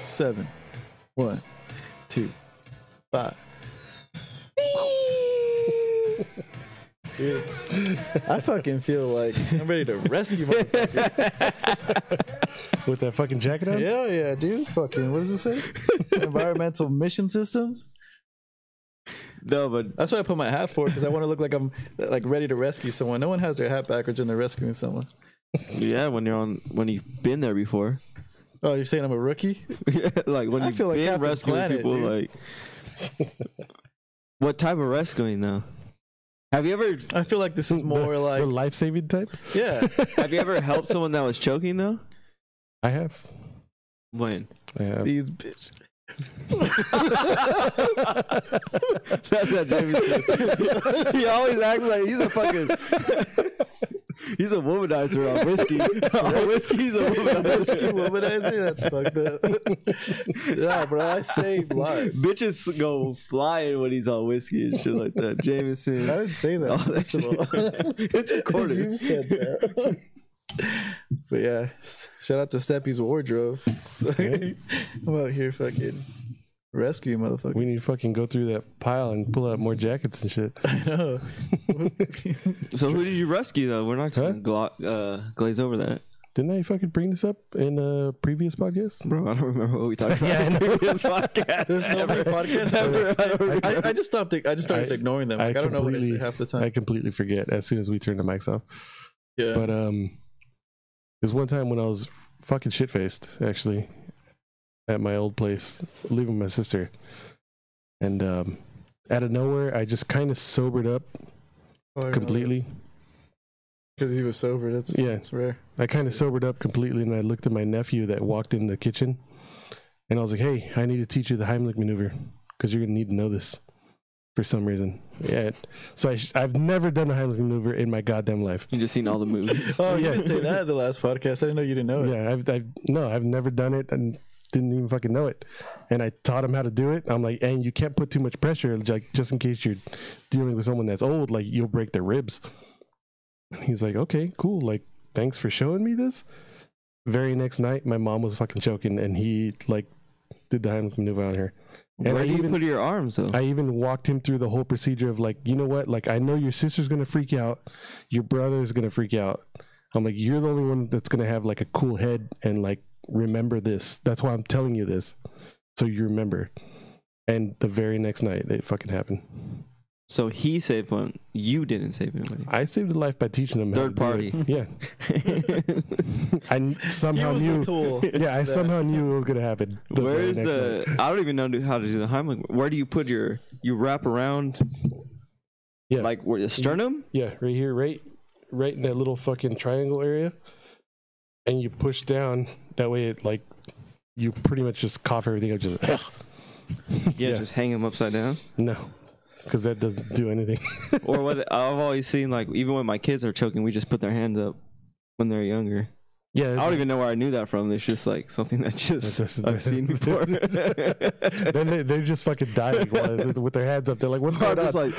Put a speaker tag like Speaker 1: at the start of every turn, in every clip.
Speaker 1: seven, one, two, five. Dude, I fucking feel like I'm ready to rescue motherfuckers.
Speaker 2: With that fucking jacket on?
Speaker 1: Hell yeah, dude. Fucking, what does it say? Environmental Mission Systems?
Speaker 3: No, but
Speaker 1: That's what I put my hat for because I want to look like I'm like ready to rescue someone. No one has their hat backwards when they're rescuing someone.
Speaker 3: yeah, when you're on, when you've been there before,
Speaker 1: Oh, you're saying I'm a rookie?
Speaker 3: like when
Speaker 1: I
Speaker 3: you've
Speaker 1: feel like
Speaker 3: been
Speaker 1: Captain
Speaker 3: rescuing
Speaker 1: Planet,
Speaker 3: people,
Speaker 1: dude.
Speaker 3: like what type of rescuing though? Have you ever
Speaker 1: I feel like this is more
Speaker 2: the,
Speaker 1: like
Speaker 2: the life saving type?
Speaker 1: yeah.
Speaker 3: have you ever helped someone that was choking though?
Speaker 2: I have.
Speaker 3: When
Speaker 2: I have.
Speaker 1: These bitch.
Speaker 3: that's what Jameson. he always acts like he's a fucking. He's a womanizer on whiskey. On whiskey, he's a
Speaker 1: Whiskey
Speaker 3: womanizer.
Speaker 1: womanizer? That's fucked up. nah, bro, I saved lives.
Speaker 3: Bitches go flying when he's on whiskey and shit like that. Jameson.
Speaker 1: I didn't say that.
Speaker 3: all that
Speaker 1: first of all.
Speaker 3: shit. it's recorded.
Speaker 1: You said that. but yeah, s- shout out to Steppy's wardrobe. I'm out here fucking rescue motherfucker.
Speaker 2: We need to fucking go through that pile and pull out more jackets and shit.
Speaker 1: I know.
Speaker 3: So who did you rescue though? We're not just
Speaker 2: Huh?
Speaker 3: gonna glo- uh, glaze over that,
Speaker 2: Didn't I fucking bring this up in a previous podcast?
Speaker 3: bro. I don't remember what we talked about.
Speaker 2: Yeah, I
Speaker 3: in the previous podcast.
Speaker 1: There's so many podcasts.
Speaker 3: Ever, I don't remember.
Speaker 1: I, I just stopped. I just started
Speaker 2: I-
Speaker 1: ignoring them. Like, I, don't know what I say
Speaker 2: completely-
Speaker 1: half the time.
Speaker 2: I completely forget as soon as we turn the mics off.
Speaker 1: yeah.
Speaker 2: But um, there's one time when I was fucking shit faced actually at my old place, leaving my sister, and um, out of nowhere I just kind of sobered up completely.
Speaker 1: because he was sober. That's
Speaker 2: Yeah.
Speaker 1: yeah, it's rare.
Speaker 2: I kind of sobered up completely, and I looked at my nephew that walked in the kitchen, and I was like, "Hey, I need to teach you the Heimlich maneuver because you're gonna need to know this." For some reason, yeah. So I sh- I've never done a Heimlich maneuver in my goddamn life.
Speaker 3: You just seen all the movies.
Speaker 1: Oh, you
Speaker 2: yeah.
Speaker 1: didn't say that at the last podcast. I didn't know you didn't know it.
Speaker 2: Yeah, I've, I've no, I've never done it and didn't even fucking know it. And I taught him how to do it. I'm like, and you can't put too much pressure, like just in case you're dealing with someone that's old, like you'll break their ribs. And he's like, okay, cool, like thanks for showing me this. Very next night, my mom was fucking choking, and he like did the Heimlich maneuver on her. And
Speaker 3: Where
Speaker 2: I
Speaker 3: do you
Speaker 2: even-
Speaker 3: put your arms though?
Speaker 2: I even walked him through the whole procedure of like, you know what? Like, I know your sister's gonna freak out, your brother's gonna freak out. I'm like, you're the only one that's gonna have like a cool head and like remember this. That's why I'm telling you this, so you remember. And the very next night, it fucking happened.
Speaker 3: so he saved one. You didn't save anybody.
Speaker 2: I saved a life by teaching him.
Speaker 3: Third
Speaker 2: how to do it. Yeah, I kn-
Speaker 1: He
Speaker 2: somehow
Speaker 1: was
Speaker 2: knew.
Speaker 1: the tool.
Speaker 2: yeah, I somehow knew it was gonna happen. the
Speaker 3: where
Speaker 2: very
Speaker 3: is
Speaker 2: next
Speaker 3: the?
Speaker 2: night.
Speaker 3: I don't even know how to do the Heimlich. Where do you put your? You wrap around.
Speaker 2: Yeah.
Speaker 3: Like where the sternum?
Speaker 2: Yeah, right here, right, right in that little fucking triangle area, and you push down. That way, it like you pretty much just cough everything up. Just
Speaker 3: Yeah.
Speaker 2: Yeah.
Speaker 3: Just hang him upside down.
Speaker 2: no, because that doesn't do anything.
Speaker 3: or what? I've always seen like even when my kids are choking, we just put their hands up when they're younger.
Speaker 2: Yeah,
Speaker 3: I don't even know where I knew that from. It's just like something that just
Speaker 2: That's- that's-
Speaker 3: I've seen before.
Speaker 2: then they, they just fucking dying while, with their hands up. They're like, "What's
Speaker 3: I'm
Speaker 2: going on?"
Speaker 3: just like,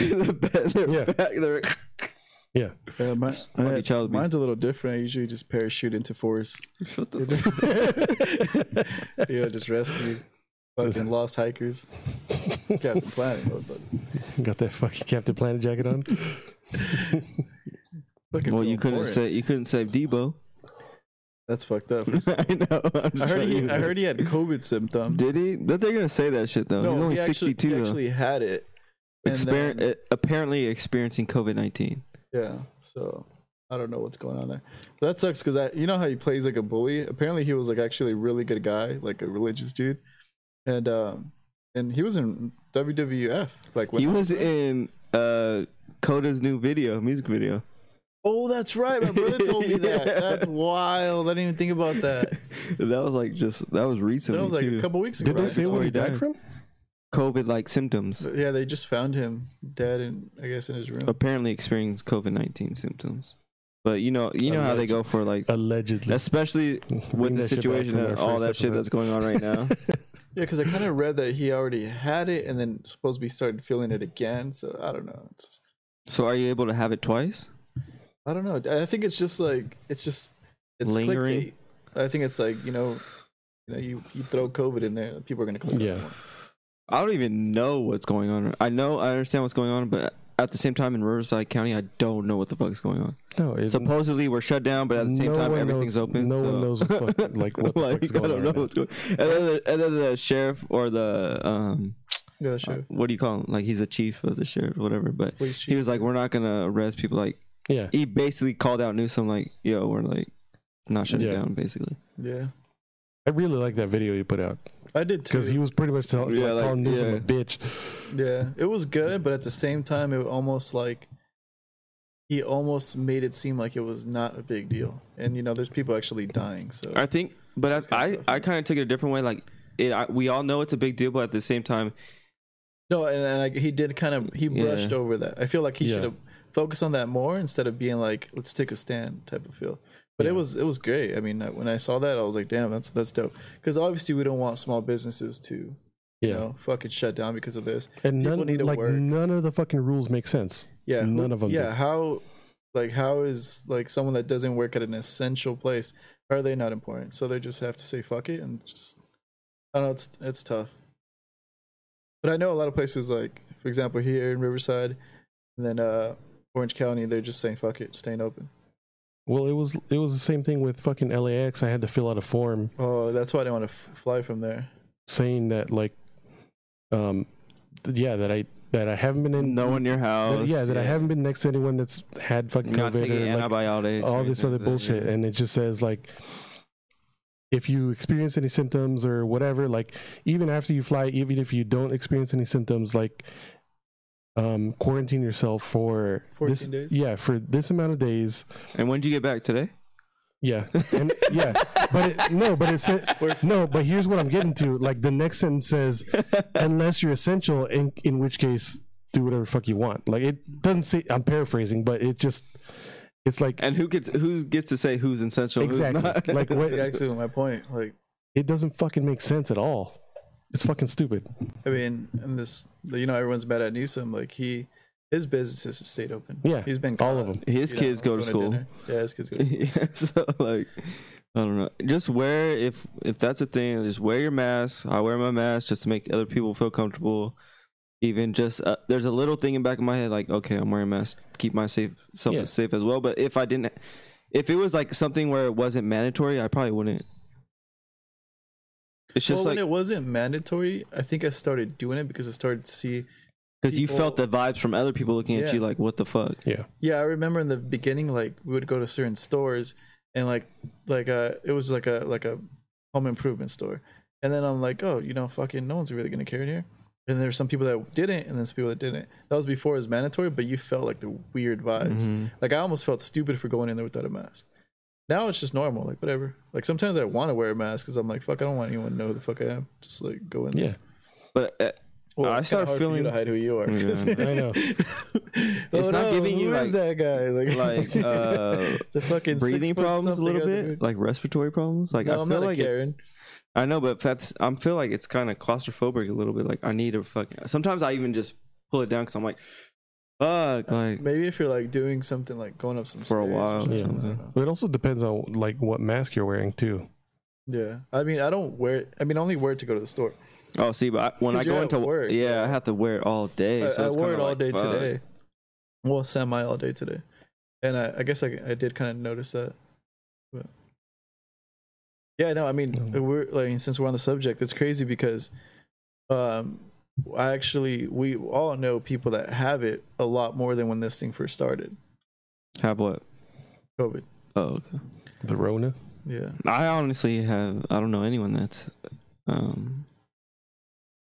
Speaker 3: in the bed, they're
Speaker 2: Yeah.
Speaker 3: back, they're
Speaker 2: yeah,
Speaker 1: Yeah, my,
Speaker 3: might be
Speaker 1: I had-
Speaker 3: child abuse.
Speaker 1: mine's a little different. I usually just parachute into forest.
Speaker 3: shut the fuck.
Speaker 1: you know, just rescue fucking lost hikers. Captain Planet, motherfucker.
Speaker 2: got that fucking Captain Planet jacket on.
Speaker 1: Fucking
Speaker 3: Well,
Speaker 1: Bill
Speaker 3: you couldn't
Speaker 1: Warren.
Speaker 3: say you couldn't save Debo.
Speaker 1: that's fucked up.
Speaker 3: I know. I'm just
Speaker 1: I heard
Speaker 3: trying
Speaker 1: he,
Speaker 3: to-
Speaker 1: I heard he had COVID symptoms.
Speaker 3: Did he? That they're gonna say that shit though. He's only
Speaker 1: he actually-
Speaker 3: sixty
Speaker 1: he
Speaker 3: two though.
Speaker 1: actually had it. and
Speaker 3: Exper-
Speaker 1: then-
Speaker 3: uh, apparently experiencing COVID nineteen.
Speaker 1: Yeah, so I don't know what's going on there. But that sucks because I, you know how he plays like a bully. Apparently, he was like actually a really good guy, like a religious dude, and um, and he was in WWF. Like when
Speaker 3: He was in uh Coda's new video, music video.
Speaker 1: oh, that's right, my brother told me that. That's wild. I didn't even think about that.
Speaker 3: That was like just that was recently
Speaker 1: That was like
Speaker 3: too.
Speaker 1: a couple weeks ago.
Speaker 2: Did they
Speaker 1: right?
Speaker 2: say
Speaker 3: before
Speaker 2: where
Speaker 3: he
Speaker 2: he died
Speaker 3: died.
Speaker 2: from?
Speaker 3: COVID like symptoms.
Speaker 1: Yeah, they just found him dead in I guess in his room.
Speaker 3: Apparently experienced COVID nineteen symptoms. But you know you know how they go for like
Speaker 2: Allegedly.
Speaker 3: especially with
Speaker 2: Bring
Speaker 3: the
Speaker 2: that shit back
Speaker 3: situation
Speaker 2: from our
Speaker 3: and all
Speaker 2: first
Speaker 3: that shit
Speaker 2: episode.
Speaker 3: that's going on right now.
Speaker 1: Yeah, because I kind of read that he already had it and then supposed to be started feeling it again. So I don't know. It's just-
Speaker 3: so are you able to have it twice?
Speaker 1: I don't know. I think it's just like it's just it's
Speaker 3: Lingering?
Speaker 1: clickbait. I think it's like you know You know, you, you throw COVID in there, people are gonna click. on
Speaker 2: Yeah.
Speaker 1: it more.
Speaker 3: I don't even know what's going on. I know I understand what's going on, but at the same time in Riverside County, I don't know what the fuck's going on.
Speaker 2: No, it's
Speaker 3: Supposedly we're shut down, but at the same
Speaker 2: No
Speaker 3: time
Speaker 2: one
Speaker 3: everything's
Speaker 2: knows-
Speaker 3: open.
Speaker 2: no
Speaker 3: so.
Speaker 2: one knows what fuck- like, what the fuck's
Speaker 3: I
Speaker 2: going
Speaker 3: don't
Speaker 2: on
Speaker 3: know
Speaker 2: right now.
Speaker 3: what's going. And then, the, and then the sheriff or the um,
Speaker 1: Yeah, sure.
Speaker 3: what do you call him? Like he's the chief of the sheriff, whatever. But
Speaker 1: Police
Speaker 3: he
Speaker 1: chief.
Speaker 3: was like, we're not gonna arrest people. Like
Speaker 2: yeah.
Speaker 3: he basically called out Newsom, like, yo, we're like not shutting
Speaker 2: Yeah.
Speaker 3: down, basically.
Speaker 1: Yeah,
Speaker 2: I really like that video you put out
Speaker 1: I did too.
Speaker 2: because he was pretty much tell,
Speaker 3: Yeah,
Speaker 2: like,
Speaker 3: like,
Speaker 2: calling Newsom
Speaker 3: yeah.
Speaker 2: a bitch.
Speaker 1: Yeah, it was good, but at the same time, it almost like he almost made it seem like it was not a big deal. And you know, there's people actually dying. So
Speaker 3: I think, but as, I
Speaker 1: kinda tough.
Speaker 3: I kind of took it a different way. Like it, I, we all know it's a big deal, but at the same time,
Speaker 1: no, and, and like, he did kind of he
Speaker 3: Yeah.
Speaker 1: brushed over that. I feel like he
Speaker 2: Yeah.
Speaker 1: should have focused on that more instead of being like, "Let's take a stand" type of feel. But it
Speaker 2: Yeah.
Speaker 1: was it was great. I mean, I- when I saw that, I was like, "Damn, that's that's dope." Because obviously, we don't want small businesses to
Speaker 2: Yeah,
Speaker 1: you know fucking shut down because of this.
Speaker 2: and
Speaker 1: people
Speaker 2: none
Speaker 1: need to
Speaker 2: like
Speaker 1: work.
Speaker 2: none of the fucking rules make sense.
Speaker 1: Yeah, who-
Speaker 2: None of 'em do.
Speaker 1: Yeah, how like how is like someone that doesn't work at an essential place are they not important? So they just have to say fuck it and just I don't know. It's it's tough. But I know a lot of places like for example here in Riverside and then uh Orange County they're just saying fuck it, staying open.
Speaker 2: Well, it was it was the same thing with fucking LAX. I had to fill out a form
Speaker 1: Oh, that's why I didn't want to f- fly from there.
Speaker 2: saying that like, um, th- yeah, that I that I haven't been in
Speaker 3: no one in your
Speaker 2: that-
Speaker 3: house.
Speaker 2: yeah, that I haven't been next to anyone that's had fucking
Speaker 3: not
Speaker 2: COVID
Speaker 3: taking
Speaker 2: or like
Speaker 3: antibiotics, or
Speaker 2: all this
Speaker 3: anything
Speaker 2: other
Speaker 3: like that, yeah.
Speaker 2: bullshit and it just says like if you experience any symptoms or whatever like even after you fly even if you don't experience any symptoms like um quarantine yourself for
Speaker 1: 14
Speaker 2: this
Speaker 1: days?
Speaker 2: yeah for this amount of days
Speaker 3: And when did you get back today?
Speaker 2: yeah and yeah but it, no but it said no but here's what i'm getting to like the next sentence says unless you're essential in in which case do whatever fuck you want like it doesn't say i'm paraphrasing but it just it's like
Speaker 3: And who gets who gets to say who's essential? and Who's not?
Speaker 2: exactly like what,
Speaker 1: That's actually my point. Like
Speaker 2: it doesn't fucking make sense at all. It's fucking stupid.
Speaker 1: I mean, and this you know everyone's mad at Newsom. Like he his businesses have stayed open.
Speaker 2: Yeah,
Speaker 1: he's been
Speaker 2: all of
Speaker 1: caught,
Speaker 2: them.
Speaker 3: His
Speaker 1: you know,
Speaker 3: kids go to
Speaker 1: going
Speaker 3: school.
Speaker 1: dinner. Yeah, his kids go to school.
Speaker 3: yeah, so like I don't know. Just wear if if that's a thing. Just wear your mask. I wear my mask just to make other people feel comfortable. Even just uh, there's a little thing in back of my head like, okay, I'm wearing a mask. Keep my safe self
Speaker 2: Yeah.
Speaker 3: safe as well. But if I didn't, if it was like something where it wasn't mandatory, I probably wouldn't. It's just
Speaker 1: well,
Speaker 3: like
Speaker 1: when it wasn't mandatory, I think I started doing it because I started to see.
Speaker 3: because you felt
Speaker 1: people-
Speaker 3: the vibes from other people looking at
Speaker 1: Yeah.
Speaker 3: you like, what the fuck?
Speaker 2: Yeah.
Speaker 1: Yeah, I remember in the beginning, like we would go to certain stores, and like like uh, it was like a like a home improvement store, and then I'm like, oh, you know, fucking, no one's really gonna care in here. And there's some people that didn't, and then some people that didn't. That was before it was mandatory, but you felt like the weird vibes.
Speaker 3: Mhm.
Speaker 1: Like I almost felt stupid for going in there without a mask. Now it's just normal, like whatever. Like sometimes I want to wear a mask because I'm like, fuck, I don't want anyone to know who the fuck I am. Just like go in. there.
Speaker 2: Yeah.
Speaker 3: But uh,
Speaker 1: Well,
Speaker 3: I
Speaker 1: it's kinda
Speaker 3: start
Speaker 1: hard for you
Speaker 3: feeling-
Speaker 1: to hide who you are. 'cause-
Speaker 3: Yeah.
Speaker 2: I know.
Speaker 1: Oh,
Speaker 3: not giving you,
Speaker 1: who is
Speaker 3: like-
Speaker 1: that guy? Like,
Speaker 3: like uh,
Speaker 1: the fucking
Speaker 3: breathing
Speaker 1: six foot
Speaker 3: problems a
Speaker 1: something
Speaker 3: little
Speaker 1: other
Speaker 3: bit,
Speaker 1: dude.
Speaker 3: like respiratory problems. Like
Speaker 1: no,
Speaker 3: I
Speaker 1: I'm
Speaker 3: feel
Speaker 1: not
Speaker 3: like
Speaker 1: a
Speaker 3: it-
Speaker 1: Karen.
Speaker 3: I know, but that's I feel like it's kind of claustrophobic a little bit. Like I need to fucking. Sometimes I even just pull it down because I'm like, fuck,
Speaker 1: Uh,
Speaker 3: like
Speaker 1: Maybe if you're like doing something like going up some
Speaker 3: For a
Speaker 1: stairs or
Speaker 3: while or
Speaker 1: something, I
Speaker 3: something.
Speaker 1: don't know.
Speaker 2: But it also depends on like what mask you're wearing too.
Speaker 1: Yeah, I mean, I don't wear. it. I mean, I only wear it to go to the store.
Speaker 3: oh, see, but I, when
Speaker 1: 'Cause
Speaker 3: I
Speaker 1: you're
Speaker 3: go
Speaker 1: at
Speaker 3: into
Speaker 1: work,
Speaker 3: work, yeah,
Speaker 1: right?
Speaker 3: I have to wear it all day.
Speaker 1: I,
Speaker 3: so
Speaker 1: I
Speaker 3: it's
Speaker 1: wore it
Speaker 3: kinda
Speaker 1: all
Speaker 3: like,
Speaker 1: day
Speaker 3: fuck.
Speaker 1: today. Well, semi all day today, and I, I guess I, I did kind of notice that. But yeah, no, I mean,
Speaker 2: Mhm.
Speaker 1: we're like since we're on the subject, it's crazy because, um, I actually we all know people that have it a lot more than when this thing first started.
Speaker 3: Have what?
Speaker 1: COVID.
Speaker 3: Oh, okay.
Speaker 2: The Rona.
Speaker 1: Yeah.
Speaker 3: I honestly have. I don't know anyone that's um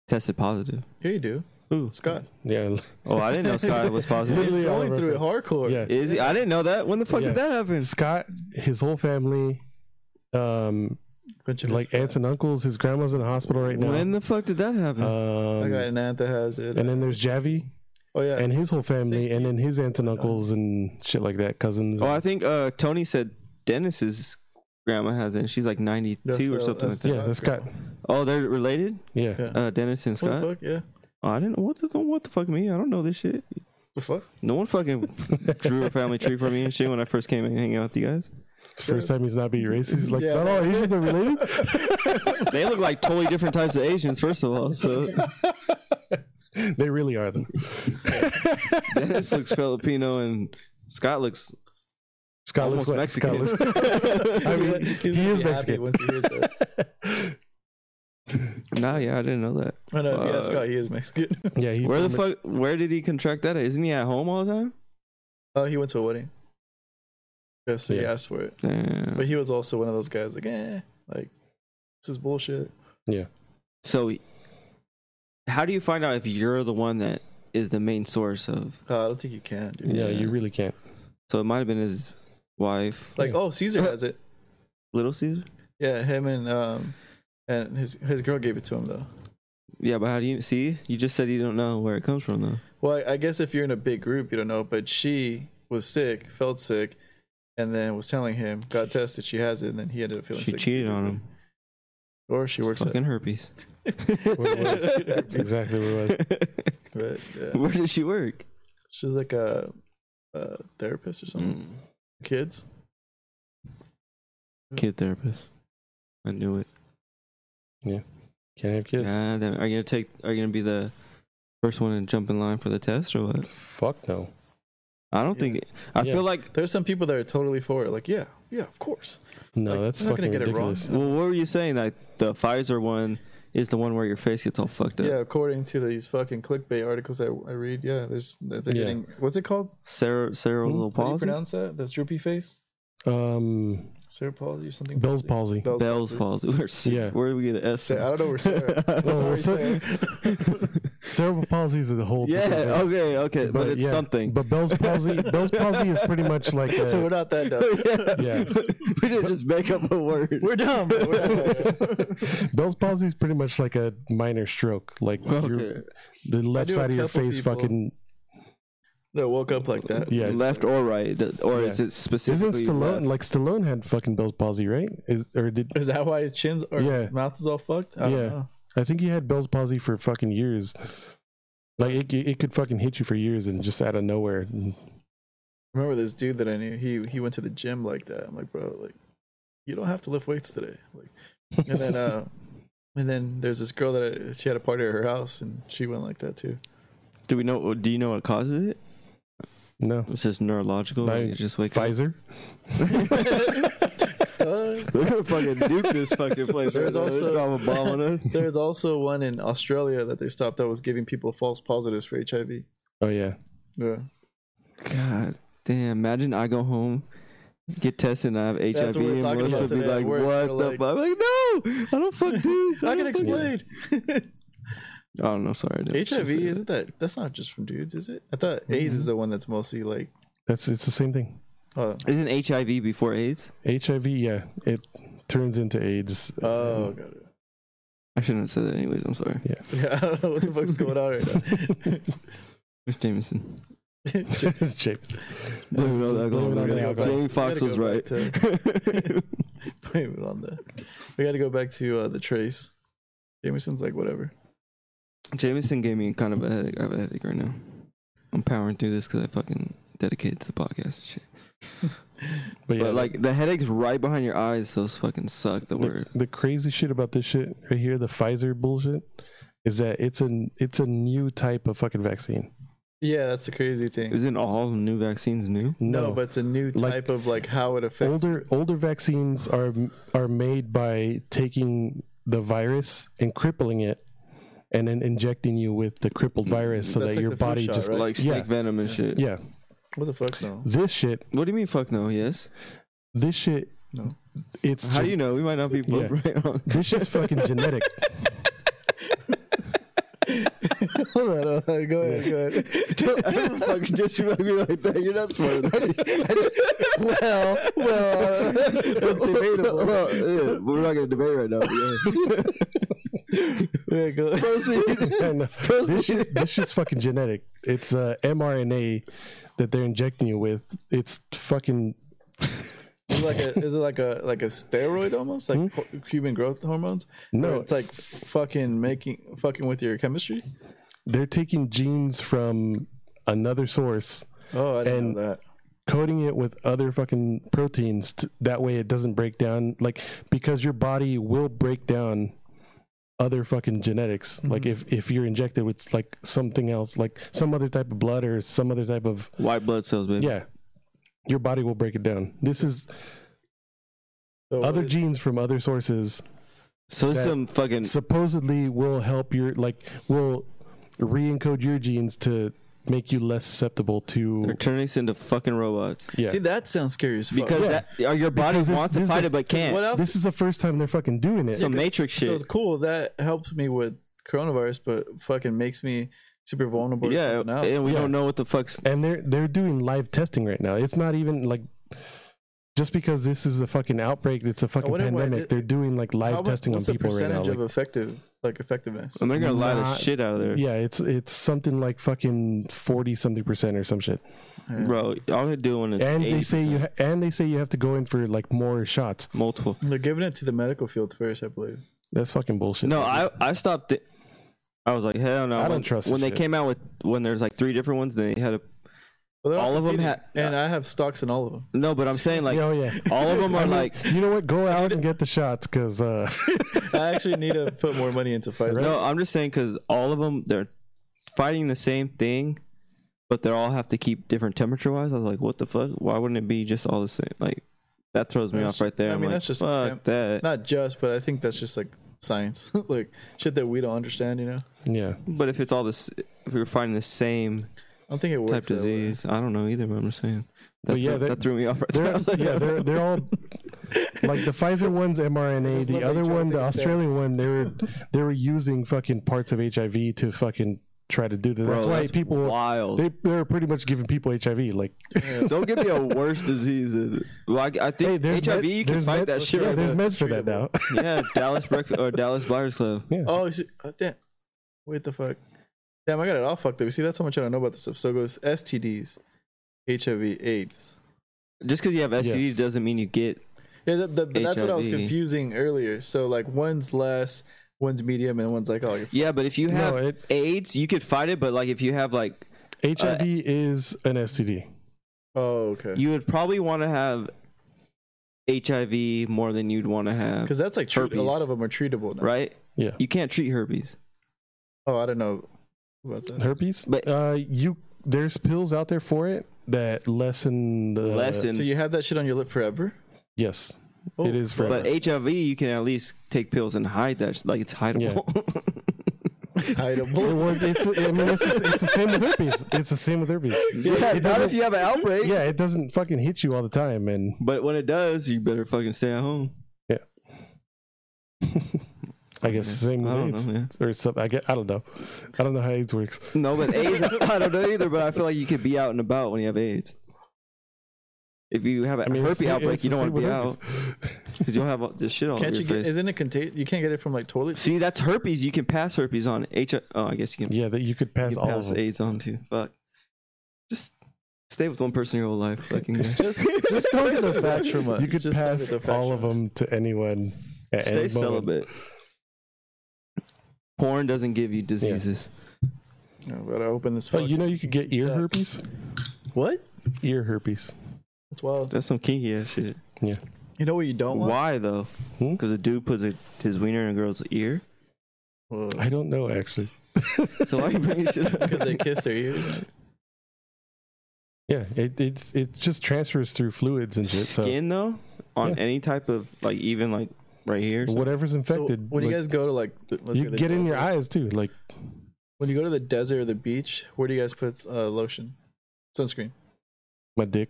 Speaker 3: tested positive.
Speaker 1: Yeah, you do.
Speaker 3: Ooh,
Speaker 1: Scott.
Speaker 2: Yeah.
Speaker 3: Oh, I didn't know Scott was positive.
Speaker 1: He's
Speaker 2: Literally all
Speaker 1: going
Speaker 2: of our
Speaker 1: through it hardcore.
Speaker 2: Yeah.
Speaker 3: Is he? I didn't know that. When the fuck
Speaker 2: Yeah.
Speaker 3: did that happen?
Speaker 2: Scott, his whole family, um,
Speaker 1: Bunch of
Speaker 2: like
Speaker 1: his
Speaker 2: aunts and
Speaker 1: friends.
Speaker 2: uncles, his grandma's in the hospital right now.
Speaker 3: When the fuck did that happen?
Speaker 1: I got
Speaker 2: Um,
Speaker 1: an aunt that has it.
Speaker 2: and then there's Javi
Speaker 1: oh yeah.
Speaker 2: and his whole family, and then his aunts and uncles and shit like that, cousins.
Speaker 3: Oh, I think uh, Tony said Dennis's grandma has it. and She's like 92
Speaker 1: That's
Speaker 3: or
Speaker 1: the-
Speaker 3: something like
Speaker 1: that's
Speaker 3: that.
Speaker 2: yeah, that's Scott.
Speaker 3: Oh, they're related?
Speaker 2: Yeah.
Speaker 1: Yeah.
Speaker 3: Uh, Dennis and
Speaker 1: What the
Speaker 3: Scott?
Speaker 1: fuck? Yeah.
Speaker 3: Oh, I didn't what the what the fuck me? I don't know this shit.
Speaker 1: The fuck?
Speaker 3: No one fucking drew a family tree for me and shit when I first came and hanging out with you guys.
Speaker 2: First time he's not being racist. He's like,
Speaker 1: Yeah.
Speaker 2: not all Asians are related.
Speaker 3: They look like totally different types of Asians, first of all. So
Speaker 2: they really are, though.
Speaker 3: Dennis looks Filipino and Scott looks
Speaker 2: Scott looks
Speaker 3: almost
Speaker 2: like Scott
Speaker 3: Mexican.
Speaker 2: looks- I mean,
Speaker 1: He's
Speaker 2: he
Speaker 1: gonna
Speaker 2: is
Speaker 1: be happy
Speaker 2: Mexican.
Speaker 1: Once he hears that.
Speaker 3: nah, yeah, I didn't know that.
Speaker 1: I know. if you ask
Speaker 3: Fuck.
Speaker 1: Scott, he is Mexican.
Speaker 2: yeah, he,
Speaker 3: Where the fuck? Where did he contract that? At? Isn't he at home all the time?
Speaker 1: Oh, he went to a wedding. Yeah, so he
Speaker 2: Yeah.
Speaker 1: asked for it,
Speaker 3: Damn.
Speaker 1: but he was also one of those guys like, eh, like this is bullshit.
Speaker 3: So, how do you find out if you're the one that is the main source of?
Speaker 1: Uh, I don't think you can, dude.
Speaker 2: Yeah, you really can't.
Speaker 3: So it might have been his wife,
Speaker 1: Like,
Speaker 2: Yeah.
Speaker 1: oh, Caesar has it.
Speaker 3: Little Caesar.
Speaker 1: Yeah, him and um, and his his girl gave it to him though.
Speaker 3: Yeah, but how do you see? You just said you don't know where it comes from, though.
Speaker 1: Well, I, I guess if you're in a big group, you don't know. But she was sick, felt sick, and then was telling him, got tested, she has it, and then he ended up feeling
Speaker 3: She
Speaker 1: sick.
Speaker 3: cheated on him.
Speaker 1: Or she works
Speaker 3: Fucking herpes.
Speaker 1: at.
Speaker 2: What it was. That's exactly what it was.
Speaker 1: But, yeah.
Speaker 3: Where does she work?
Speaker 1: She's like a, a therapist or something.
Speaker 3: Mm.
Speaker 1: Kids.
Speaker 3: Kid therapist. I knew it.
Speaker 2: Can't have kids.
Speaker 3: God damn it. Are you gonna take? Are you gonna be the first one to jump in line for the test or what?
Speaker 2: Fuck no.
Speaker 3: I don't
Speaker 1: Yeah.
Speaker 3: think. I
Speaker 2: Yeah.
Speaker 3: feel like.
Speaker 1: There's some people that are totally for it. Like, yeah, yeah, of course.
Speaker 2: No,
Speaker 1: Like,
Speaker 2: that's
Speaker 1: you're not gonna
Speaker 2: fucking
Speaker 1: get it wrong.
Speaker 2: ridiculous.
Speaker 3: Well, what were you saying? That the Pfizer one is the one where your face gets all fucked up.
Speaker 1: Yeah, according to these fucking clickbait articles that I read, yeah, there's they're
Speaker 2: Yeah.
Speaker 1: getting what's it called?
Speaker 3: Sarah, Sarah,
Speaker 2: Hmm?
Speaker 3: little
Speaker 1: How do you
Speaker 3: palsy.
Speaker 1: pronounce that? That's droopy face,
Speaker 2: Um,
Speaker 1: Sarah palsy or something.
Speaker 2: Bell's palsy.
Speaker 1: Bell's,
Speaker 3: Bell's palsy. We're s-
Speaker 2: Yeah.
Speaker 3: Where do we get an S?
Speaker 1: Sarah- I don't know where Sarah.
Speaker 3: That's
Speaker 2: Oh,
Speaker 3: what we're
Speaker 2: what's that?
Speaker 3: saying.
Speaker 2: Cerebral palsy is the whole.
Speaker 3: yeah.
Speaker 2: different thing.
Speaker 3: Okay. Okay. But, it's
Speaker 2: yeah,
Speaker 3: something.
Speaker 2: But Bell's palsy, Bell's palsy is pretty much like. uh,
Speaker 1: so we're not that dumb.
Speaker 2: Yeah.
Speaker 3: we didn't just make up a word.
Speaker 1: We're dumb. But we're not that dumb.
Speaker 2: Bell's palsy is pretty much like a minor stroke. Like
Speaker 3: okay.
Speaker 2: your, the left
Speaker 1: I knew a
Speaker 2: side of your
Speaker 1: couple
Speaker 2: face,
Speaker 1: people-
Speaker 2: fucking.
Speaker 1: That woke up like that.
Speaker 2: Yeah.
Speaker 3: Left or right, th- or
Speaker 2: Yeah.
Speaker 3: is it
Speaker 2: Isn't
Speaker 3: specifically?
Speaker 2: Stallone
Speaker 3: left?
Speaker 2: like Stallone had fucking Bell's palsy, right? Is or did
Speaker 1: Is that why his chin's or
Speaker 2: Yeah.
Speaker 1: mouth is all fucked? I don't
Speaker 2: Yeah.
Speaker 1: know.
Speaker 2: I think he had Bell's palsy for fucking years. Like it, it could fucking hit you for years and just out of nowhere.
Speaker 1: Remember this dude that I knew? He he went to the gym like that. I'm like, bro, like you don't have to lift weights today. Like and then uh and then there's this girl that I, she had a party at her house and she went like that too.
Speaker 3: Do we know? Do you know what causes it?
Speaker 2: no,
Speaker 3: It's just neurological.
Speaker 2: Like
Speaker 3: Like, you just wake up.
Speaker 2: Pfizer.
Speaker 3: They're gonna fucking nuke this fucking place.
Speaker 1: There's
Speaker 3: right now. They
Speaker 1: also-
Speaker 3: drop a bomb on us.
Speaker 1: There's also one in Australia that they stopped that was giving people false positives for HIV.
Speaker 2: Oh yeah,
Speaker 1: Yeah.
Speaker 3: God damn! Imagine I go home, get tested, and I have HIV,
Speaker 1: That's what we were
Speaker 3: and
Speaker 1: talking
Speaker 3: Melissa
Speaker 1: about
Speaker 3: be
Speaker 1: today at
Speaker 3: like,
Speaker 1: work.
Speaker 3: "What
Speaker 1: We're
Speaker 3: the
Speaker 1: like-
Speaker 3: fuck?" I'm like, "No, I don't fuck dudes.
Speaker 1: I can
Speaker 3: don't fuck
Speaker 1: explain.
Speaker 3: dudes." Oh no, sorry. I didn't-
Speaker 1: HIV
Speaker 3: she said-
Speaker 1: isn't that that's not just from dudes, is it? I thought
Speaker 3: Mm-hmm.
Speaker 1: AIDS is the one that's mostly like
Speaker 2: that's it's the same thing.
Speaker 1: oh,
Speaker 3: Isn't HIV before AIDS?
Speaker 2: HIV, yeah, it turns into AIDS.
Speaker 1: oh got it.
Speaker 3: I shouldn't have said that. Anyways, I'm sorry,
Speaker 1: Yeah, I don't know what the fuck's going on right
Speaker 3: Mr. Jameson.
Speaker 1: now.
Speaker 2: James. James.
Speaker 3: Blame it on
Speaker 2: Just
Speaker 3: the
Speaker 2: blame it on the
Speaker 3: alcohol.
Speaker 2: alcohol.
Speaker 3: Jamie Foxx
Speaker 1: We
Speaker 3: was
Speaker 1: gotta go
Speaker 3: right.
Speaker 1: back Blame it on the. We got to go back to uh, the trace. Jameson's like whatever.
Speaker 3: Jameson gave me kind of a headache. I have a headache right now. I'm powering through this because I fucking dedicated to the podcast and shit.
Speaker 2: But yeah,
Speaker 3: but like the headaches right behind your eyes, those fucking suck.
Speaker 2: the,
Speaker 3: The word.
Speaker 2: the crazy shit about this shit right here, the Pfizer bullshit, is that it's a it's a new type of fucking vaccine.
Speaker 1: Yeah, that's the crazy thing.
Speaker 3: Isn't all new vaccines new?
Speaker 1: No,
Speaker 2: No,
Speaker 1: but it's a new
Speaker 2: Like-
Speaker 1: type of like how it affects.
Speaker 2: older older vaccines are are made by taking the virus and crippling it, and then injecting you with the crippled virus so
Speaker 1: Mm, That's
Speaker 2: that
Speaker 1: like
Speaker 2: your
Speaker 1: the flu
Speaker 2: body
Speaker 1: shot,
Speaker 2: just
Speaker 1: right?
Speaker 3: Like
Speaker 2: Yeah.
Speaker 3: snake venom and shit.
Speaker 2: yeah.
Speaker 1: What the fuck? No.
Speaker 2: This shit,
Speaker 3: What do you mean? Fuck no. Yes.
Speaker 2: this shit,
Speaker 1: No.
Speaker 2: it's
Speaker 3: How do
Speaker 2: gen-
Speaker 3: you know? We might not be both
Speaker 2: Yeah.
Speaker 3: right on.
Speaker 2: this shit's fucking genetic.
Speaker 1: Hold on, hold on. Go ahead. Go ahead.
Speaker 3: Don't ever fucking disrespect me like that. You're not smart enough. I just- well, well,
Speaker 1: That's debatable.
Speaker 3: Well, yeah, we're not gonna debate right now. but yeah.
Speaker 1: Yeah, go.
Speaker 3: Proceed.
Speaker 2: And this, shit, this shit's fucking genetic. It's uh, mRNA that they're injecting you with. It's fucking
Speaker 1: Is it like a is it like a like a steroid almost like ho- human growth hormones?
Speaker 2: No.
Speaker 1: Where it's like fucking making fucking with your chemistry.
Speaker 2: they're taking genes from another source
Speaker 1: Oh, I didn't
Speaker 2: And-
Speaker 1: know that.
Speaker 2: coating it with other fucking proteins t- that way it doesn't break down like because your body will break down other fucking genetics like
Speaker 1: Mhm.
Speaker 2: if if you're injected with like something else like some other type of blood or some other type of
Speaker 3: White blood cells, baby.
Speaker 2: yeah your body will break it down this is
Speaker 1: So
Speaker 2: other
Speaker 1: it-
Speaker 2: genes from other sources
Speaker 3: So it's
Speaker 2: That-
Speaker 3: some fucking
Speaker 2: supposedly will help your like will re-encode your genes to make you less susceptible to
Speaker 3: they're turning us into fucking robots.
Speaker 2: yeah
Speaker 1: See, that sounds scary as fuck.
Speaker 3: Because
Speaker 2: Yeah.
Speaker 3: that, uh, your body
Speaker 2: Because this-
Speaker 3: wants to
Speaker 2: this
Speaker 3: fight
Speaker 2: is-
Speaker 3: it but can't.
Speaker 1: what else?
Speaker 2: this is the first time they're fucking doing it
Speaker 3: Some matrix shit.
Speaker 1: so it's cool that helps me with coronavirus, but fucking makes me super vulnerable. to
Speaker 3: yeah,
Speaker 1: something else.
Speaker 3: and we
Speaker 2: Yeah.
Speaker 3: don't know what the fuck's.
Speaker 2: and they're they're doing live testing right now. It's not even like just because this is a fucking outbreak, it's a fucking
Speaker 1: wonder why
Speaker 2: pandemic.
Speaker 1: it-
Speaker 2: they're doing like live
Speaker 1: mu-
Speaker 2: testing on
Speaker 1: what's
Speaker 2: people
Speaker 1: the
Speaker 2: right
Speaker 1: percentage
Speaker 2: now.
Speaker 1: of
Speaker 2: like-
Speaker 1: effective, like effectiveness.
Speaker 3: And they're gonna lie the
Speaker 2: Not-
Speaker 3: shit out of there,
Speaker 2: yeah, it's it's something like fucking forty something percent or some shit.
Speaker 1: Yeah.
Speaker 3: bro. All they're doing is
Speaker 2: And they say
Speaker 3: 80%.
Speaker 2: you ha- and they say you have to go in for like more shots.
Speaker 3: multiple.
Speaker 1: They're giving it to the medical field first, I believe.
Speaker 2: That's fucking bullshit.
Speaker 3: No, I I stopped. It. I was like, hell no.
Speaker 2: I don't
Speaker 3: when,
Speaker 2: trust
Speaker 3: when
Speaker 2: this
Speaker 3: they
Speaker 2: shit.
Speaker 3: came out with when there's like three different ones. They had a
Speaker 1: Well, they're
Speaker 3: All of 'em
Speaker 1: competing,
Speaker 3: had-
Speaker 1: and I have stocks in all of them.
Speaker 3: no, but I'm saying like
Speaker 2: oh yeah.
Speaker 3: all of them are like
Speaker 2: You know what? Go out and get the shots because uh,
Speaker 1: I actually need to put more money into Pfizer.
Speaker 3: no. I'm just saying because all of them they're fighting the same thing, but they all have to keep different temperature wise. I was like, what the fuck? Why wouldn't it be just all the same? Like that throws me
Speaker 1: That's-
Speaker 3: off right there.
Speaker 1: I
Speaker 3: I'm
Speaker 1: mean,
Speaker 3: like,
Speaker 1: that's just
Speaker 3: fuck
Speaker 1: temp-
Speaker 3: that.
Speaker 1: Not just, but I think that's just like science, like shit that we don't understand. You know, I
Speaker 2: yeah.
Speaker 3: But if it's all this, if we are fighting the same
Speaker 1: don't think it works.
Speaker 3: type
Speaker 1: that way.
Speaker 3: disease, I don't know either. But I'm just saying. That,
Speaker 2: But yeah,
Speaker 3: threw,
Speaker 2: that-
Speaker 3: that threw me off right there. I
Speaker 2: They're,
Speaker 3: was like,
Speaker 2: yeah, they're they're all like the Pfizer one's mRNA,
Speaker 1: Just let
Speaker 2: the
Speaker 1: me
Speaker 2: other
Speaker 1: try to
Speaker 2: one, the
Speaker 1: take a stab.
Speaker 2: Australian one, they were they were using fucking parts of HIV to fucking try to do that.
Speaker 3: bro,
Speaker 2: That's why people
Speaker 3: wild.
Speaker 2: they they were pretty much giving people HIV. Like
Speaker 3: Don't give me a worse disease. than- Well, I, I think HIV
Speaker 2: med-
Speaker 3: you can
Speaker 2: there's
Speaker 3: fight
Speaker 2: med-
Speaker 3: that shit.
Speaker 2: Yeah,
Speaker 3: right
Speaker 2: there's
Speaker 3: now.
Speaker 2: meds for that now.
Speaker 3: yeah, Dallas breakfast or Dallas Buyers Club.
Speaker 2: yeah.
Speaker 1: Oh, is it- oh, damn! Wait the fuck! Damn, I got it all fucked up. You see, that's how much I don't know about this stuff. So it goes STDs, HIV, AIDS.
Speaker 3: Just because you have STD
Speaker 2: Yes.
Speaker 3: doesn't mean you get.
Speaker 1: Yeah, that, that, that's what I was
Speaker 3: HIV.
Speaker 1: confusing earlier. So like, one's less, one's medium, and one's like, oh, you're
Speaker 3: Yeah, but if you have
Speaker 2: No, it-
Speaker 3: AIDS, you could fight it. But like, if you have like,
Speaker 2: HIV
Speaker 3: uh,
Speaker 2: is an STD.
Speaker 1: Oh, okay.
Speaker 3: you would probably want to have HIV more than you'd want to have,
Speaker 1: Because that's like treat- a
Speaker 3: herpes.
Speaker 1: lot of them are treatable now.
Speaker 3: right?
Speaker 2: Yeah,
Speaker 3: You can't treat herpes.
Speaker 1: Oh, I don't know about that.
Speaker 2: herpes.
Speaker 3: But-
Speaker 2: uh, you there's pills out there for it that lessen the
Speaker 3: Lessen,
Speaker 1: So you have that shit on your lip forever?
Speaker 2: Yes,
Speaker 1: Oh,
Speaker 2: it is for
Speaker 3: but HIV, you can at least take pills and hide that. sh- Like it's hideable.
Speaker 2: It
Speaker 1: hideable.
Speaker 2: work- it's, I mean, it's, the- it's the same with herpes. It's the same with herpes.
Speaker 3: yeah,
Speaker 2: it
Speaker 3: not if
Speaker 2: doesn't-
Speaker 3: you have an outbreak.
Speaker 2: yeah, it doesn't fucking hit you all the time, and
Speaker 3: But when it does, you better fucking stay at home.
Speaker 2: I guess the same
Speaker 3: I
Speaker 2: with
Speaker 3: don't
Speaker 2: AIDS
Speaker 3: know, yeah.
Speaker 2: or something. I get, I don't know, I don't know how AIDS works.
Speaker 3: No, but AIDS, I don't know either. But I feel like you could be out and about when you have AIDS. If you have a
Speaker 2: I mean, it's
Speaker 3: herpes
Speaker 2: the-
Speaker 3: outbreak,
Speaker 2: it's
Speaker 3: you
Speaker 2: the
Speaker 3: don't want to be
Speaker 2: same
Speaker 3: out
Speaker 2: with
Speaker 3: because you'll have all this shit all
Speaker 1: Can't
Speaker 3: over
Speaker 1: you
Speaker 3: your
Speaker 1: get?
Speaker 3: face.
Speaker 1: Isn't it contagious? You can't get it from like toilet.
Speaker 3: See, that's herpes. You can pass herpes on. H- oh, I guess you can,
Speaker 2: Yeah, that you could
Speaker 3: you
Speaker 2: pass
Speaker 3: can
Speaker 2: all of
Speaker 3: pass
Speaker 2: them.
Speaker 3: AIDS on too. Fuck. Just stay with one person your whole life. Fucking
Speaker 1: Just, just don't get the facts from us.
Speaker 2: You could
Speaker 1: Just don't
Speaker 2: pass
Speaker 1: get the facts
Speaker 2: all of
Speaker 1: from us.
Speaker 2: them to anyone. At
Speaker 3: stay
Speaker 2: any moment.
Speaker 3: celibate. Porn doesn't give you diseases.
Speaker 1: I gotta open this.
Speaker 2: Oh,
Speaker 1: fucking-
Speaker 2: you know you could get ear
Speaker 1: Yeah.
Speaker 2: herpes.
Speaker 1: what?
Speaker 2: Ear herpes.
Speaker 1: That's wild.
Speaker 3: That's some kinky ass shit.
Speaker 1: You know what you don't want?
Speaker 3: Why though?
Speaker 2: Hmm?
Speaker 3: Because a dude puts a, his wiener in a girl's ear.
Speaker 1: Well,
Speaker 2: I don't know actually.
Speaker 3: So why you bringing shit up?
Speaker 1: Because they kiss their ears.
Speaker 2: Yeah, it it it just transfers through fluids and shit. So
Speaker 3: skin though on
Speaker 2: Yeah.
Speaker 3: any type of like even like right here. So
Speaker 2: whatever's infected,
Speaker 1: so when you
Speaker 2: like,
Speaker 1: guys go to like, the- let's
Speaker 2: you
Speaker 1: say the
Speaker 2: get in your
Speaker 1: desert.
Speaker 2: eyes too. Like
Speaker 1: When you go to the desert or the beach, where do you guys put uh, lotion, sunscreen?
Speaker 2: my dick.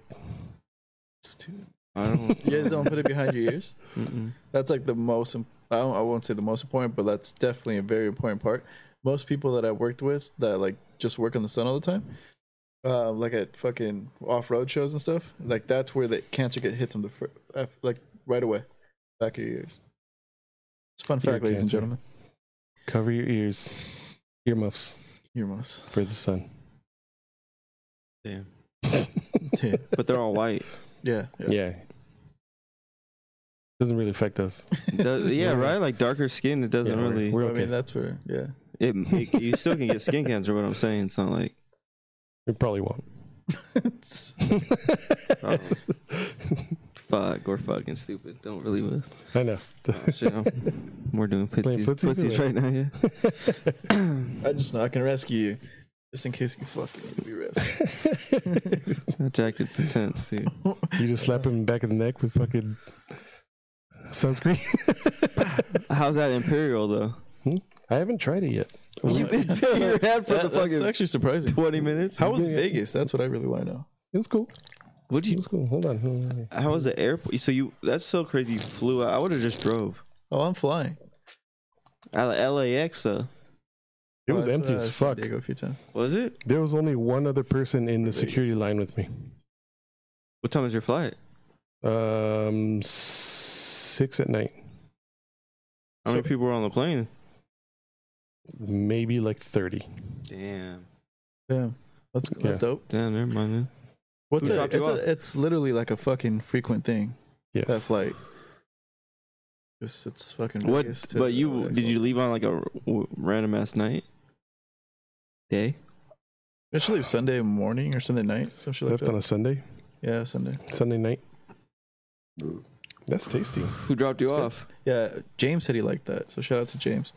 Speaker 1: It's too-
Speaker 3: I don't.
Speaker 1: You guys don't put it behind your ears.
Speaker 3: Mm-mm.
Speaker 1: that's like the most im- I, don't, I won't say the most important but that's definitely a very important part most people that i worked with that like just work in the sun all the time uh, like at fucking off-road shows and stuff like that's where the cancer get hits them the fir- uh, like right away back of your ears it's a fun
Speaker 2: Ear
Speaker 1: fact ladies and
Speaker 2: cancer.
Speaker 1: gentlemen
Speaker 2: Cover your ears, earmuffs
Speaker 1: earmuffs
Speaker 2: for the sun.
Speaker 3: Damn.
Speaker 1: Dude,
Speaker 3: But they're all white.
Speaker 1: yeah yeah,
Speaker 2: Yeah. Doesn't really affect us.
Speaker 3: Does- yeah, right. Like darker skin, it doesn't
Speaker 2: Yeah, we're-
Speaker 3: really.
Speaker 2: we're
Speaker 1: i
Speaker 2: okay.
Speaker 1: mean that's where yeah
Speaker 3: It, it- you still can get skin cancer. What I'm saying, it's not like
Speaker 2: we probably won't.
Speaker 1: It's-
Speaker 3: Oh. Fuck, we're fucking stupid. Don't really miss.
Speaker 2: I know.
Speaker 3: Oh, Shit, I'm- we're doing
Speaker 2: Playing
Speaker 3: footsies,
Speaker 2: footsies
Speaker 3: footsies
Speaker 2: or-
Speaker 3: right now. Yeah.
Speaker 1: I just know I can rescue you, just in case you fucking need to be rescued.
Speaker 3: That jacket's intense, dude.
Speaker 2: You just slap him in the back of the neck with fucking sunscreen.
Speaker 3: How's that Imperial though?
Speaker 2: I haven't tried it yet.
Speaker 3: You've been paying your head for
Speaker 1: That-
Speaker 3: the
Speaker 1: that's
Speaker 3: fucking
Speaker 1: actually surprising.
Speaker 3: 20 minutes.
Speaker 1: How was
Speaker 2: Yeah.
Speaker 1: Vegas? That's what I really want to know.
Speaker 2: It was cool.
Speaker 3: would
Speaker 2: It
Speaker 3: you?
Speaker 2: was cool. Hold on. Hold on.
Speaker 3: How was the airport? So you? That's so crazy. You flew out. I would have just drove.
Speaker 1: Oh, I'm flying.
Speaker 3: Out of LAX though.
Speaker 2: It
Speaker 1: Oh,
Speaker 2: was
Speaker 1: I
Speaker 2: empty
Speaker 1: flew out
Speaker 2: as
Speaker 1: of San
Speaker 2: fuck.
Speaker 1: Diego a few times.
Speaker 3: Was it?
Speaker 2: There was only one other person in the
Speaker 1: Vegas.
Speaker 2: security line with me.
Speaker 3: What time is your flight?
Speaker 2: Um, six at night,
Speaker 3: How many people were on the plane?
Speaker 2: maybe like thirty.
Speaker 3: Damn.
Speaker 1: Damn, that's that's
Speaker 2: Yeah.
Speaker 1: dope.
Speaker 3: Damn. Never mind. Then.
Speaker 1: What's
Speaker 3: Who
Speaker 1: a,
Speaker 3: dropped you
Speaker 1: it's,
Speaker 3: off?
Speaker 1: a, it's literally like a fucking frequent thing.
Speaker 2: Yeah.
Speaker 1: That flight. Just it's fucking.
Speaker 3: What?
Speaker 1: Vegas to
Speaker 3: But you
Speaker 1: LAX.
Speaker 3: did you leave on like a r- w- random ass night? Day.
Speaker 1: Actually, it was Sunday morning or Sunday night, some shit like
Speaker 2: Left
Speaker 1: that.
Speaker 2: on a Sunday,
Speaker 1: Yeah, Sunday.
Speaker 2: Sunday night. That's tasty.
Speaker 3: Who dropped you
Speaker 1: That's good.
Speaker 3: off?
Speaker 1: Yeah, James said he liked that, so shout out to James.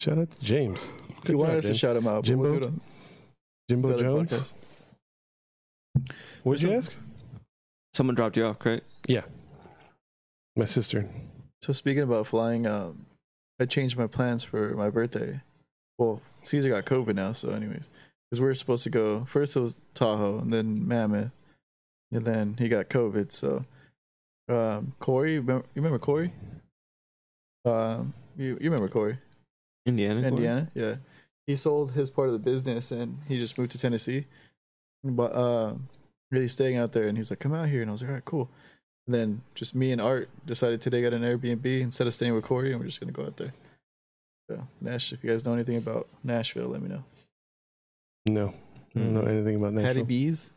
Speaker 2: Shout out to James.
Speaker 1: he
Speaker 2: Good
Speaker 1: wanted
Speaker 2: job,
Speaker 1: us
Speaker 2: James.
Speaker 1: to shout him out. but
Speaker 2: Jimbo?
Speaker 1: do it on the
Speaker 2: Jimbo
Speaker 1: other
Speaker 2: Jones.
Speaker 1: podcast.
Speaker 2: What'd you
Speaker 1: There's
Speaker 2: ask?
Speaker 3: Someone dropped you off, correct?
Speaker 2: My sister.
Speaker 1: So speaking about flying, um, I changed my plans for my birthday. Well, Caesar got COVID now, so anyways, because we were supposed to go first it was Tahoe and then Mammoth, and then he got COVID. So, um, Corey, remem- you remember Corey? Um, you you remember Corey?
Speaker 3: Indiana. Gordon?
Speaker 1: Indiana, yeah. He sold his part of the business and he just moved to Tennessee. But uh, really staying out there, and he's like, "Come out here," and I was like, "All right, cool." And then just me and Art decided today got an Airbnb instead of staying with Corey, and we're just gonna go out there. So Nash, if you guys know anything about Nashville, let me know.
Speaker 2: No, I don't know anything about
Speaker 1: Hmm. Patty
Speaker 2: Nashville.
Speaker 1: Bees,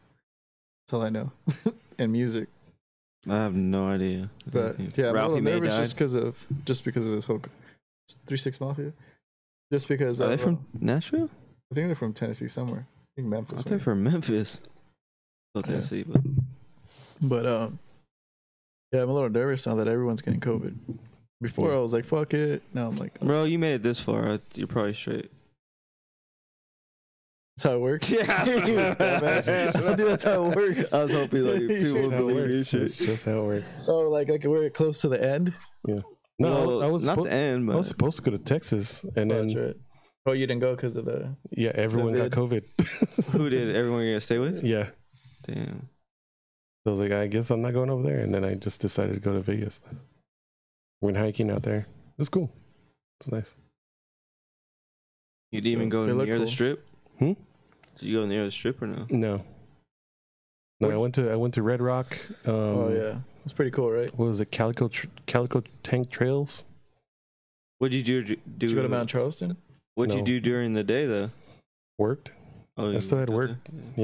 Speaker 1: that's all I know, and music.
Speaker 3: I have no idea.
Speaker 1: But yeah, I'm a
Speaker 3: Ralphie
Speaker 1: little
Speaker 3: May
Speaker 1: nervous
Speaker 3: died.
Speaker 1: just because of just because of this whole three six mafia. Just because
Speaker 3: Are they
Speaker 1: of, um, uh,
Speaker 3: from Nashville?
Speaker 1: I think they're from Tennessee somewhere. I think
Speaker 3: I
Speaker 1: Memphis.
Speaker 3: thought they're
Speaker 1: maybe.
Speaker 3: from Memphis. Oh, Tennessee, but
Speaker 1: But um, yeah, I'm a little nervous now that everyone's getting COVID. Before
Speaker 2: Yeah.
Speaker 1: I was like, "Fuck it," now I'm like,
Speaker 3: bro, you made it this far. I- You're probably straight.
Speaker 1: "That's how it works."
Speaker 3: Yeah,
Speaker 1: Dumbass. Dude, that's how it works.
Speaker 3: I was hoping like
Speaker 1: That's
Speaker 3: people
Speaker 2: That's
Speaker 3: would
Speaker 2: how it
Speaker 3: believe you.
Speaker 2: works. That's
Speaker 3: Shit.
Speaker 2: just how it works.
Speaker 1: Oh, like like we're close to the end.
Speaker 2: No, I-
Speaker 3: Well,
Speaker 2: I was
Speaker 3: not
Speaker 2: suppo-
Speaker 3: the end,
Speaker 2: I was
Speaker 3: but
Speaker 2: supposed to go to Texas, and
Speaker 1: oh,
Speaker 2: then
Speaker 1: that's right. Oh, you didn't go because of the.
Speaker 2: yeah, everyone got COVID.
Speaker 3: who did everyone you're gonna stay with?
Speaker 2: Yeah, so
Speaker 3: Damn.
Speaker 2: I was like, I guess I'm not going over there, and then I just decided to go to Vegas. Went hiking out there. It was cool. It was nice.
Speaker 3: You didn't
Speaker 1: So,
Speaker 3: even go
Speaker 1: they
Speaker 3: near
Speaker 1: look
Speaker 3: the
Speaker 1: cool.
Speaker 3: strip?
Speaker 2: Hmm?
Speaker 3: Did you go near the strip or no?
Speaker 2: No, no, I went to I went to Red Rock. Um,
Speaker 1: oh yeah, it's pretty cool, right?
Speaker 2: What was it? Calico tr- Calico Tank Trails.
Speaker 3: What'd you do? do
Speaker 1: Did you go to Mount Charleston?
Speaker 3: What'd you
Speaker 2: No.
Speaker 3: do during the day though?
Speaker 2: Worked,
Speaker 3: Oh,
Speaker 2: I
Speaker 3: you
Speaker 2: still had
Speaker 3: out
Speaker 2: work.
Speaker 3: there?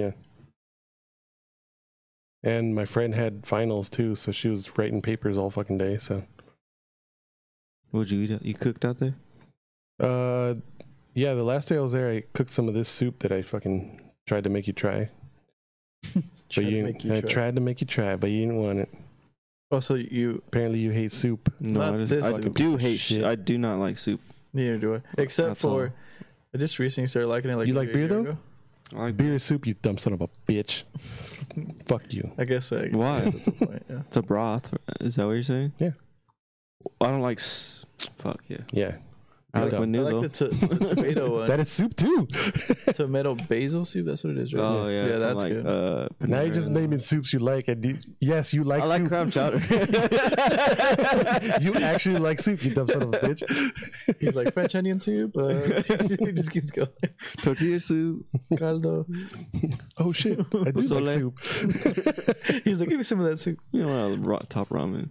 Speaker 3: Yeah.
Speaker 2: and my friend had finals too, so she was writing papers all fucking day. So,
Speaker 3: What'd you eat? out- You cooked out there?
Speaker 2: uh, yeah, the last day I was there, I cooked some of this soup that I fucking tried to make you try. But
Speaker 1: Tried to
Speaker 2: you,
Speaker 1: make you
Speaker 2: I
Speaker 1: try.
Speaker 2: tried to make you try, but you didn't want it.
Speaker 1: Oh, so you
Speaker 2: Apparently, you hate soup.
Speaker 3: No,
Speaker 1: Not
Speaker 3: I, just,
Speaker 1: this
Speaker 3: I
Speaker 1: soup.
Speaker 3: do hate.
Speaker 2: Shit.
Speaker 3: Shit. I do not like soup.
Speaker 1: neither do I, except
Speaker 3: That's
Speaker 1: for I just recently started liking it. Like
Speaker 2: You
Speaker 1: maybe
Speaker 2: like
Speaker 1: a
Speaker 2: beer,
Speaker 1: year
Speaker 2: though?
Speaker 1: ago.
Speaker 3: all. I like
Speaker 2: Beer is soup, you dumb son of a bitch. Fuck you.
Speaker 1: I guess I.
Speaker 3: Why?
Speaker 1: guess Ah, That's the point. Yeah.
Speaker 3: It's a broth. Is that what you're saying?
Speaker 2: Yeah.
Speaker 3: I don't like. S- fuck yeah.
Speaker 2: Yeah,
Speaker 3: I like
Speaker 2: Yeah.
Speaker 1: I
Speaker 3: menudo.
Speaker 1: like the, to- the tomato one.
Speaker 2: that is soup too.
Speaker 1: tomato basil soup. That's what it is,
Speaker 2: Uh,
Speaker 1: right?
Speaker 3: oh yeah.
Speaker 1: yeah,
Speaker 3: I'm
Speaker 1: that's
Speaker 3: like,
Speaker 1: good.
Speaker 3: Uh,
Speaker 2: now you're
Speaker 3: Panera.
Speaker 2: just naming soups you like, and you, yes, you like
Speaker 3: I like
Speaker 2: soup.
Speaker 3: crab chowder.
Speaker 2: you actually like soup, you dumb son of a bitch.
Speaker 1: He's like French onion soup. Uh, he just keeps going.
Speaker 3: tortilla soup.
Speaker 1: Caldo.
Speaker 2: Oh shit, I do like
Speaker 3: Pozole.
Speaker 2: soup.
Speaker 1: He's like, give me some of that soup.
Speaker 3: You know, uh, ra- top ramen.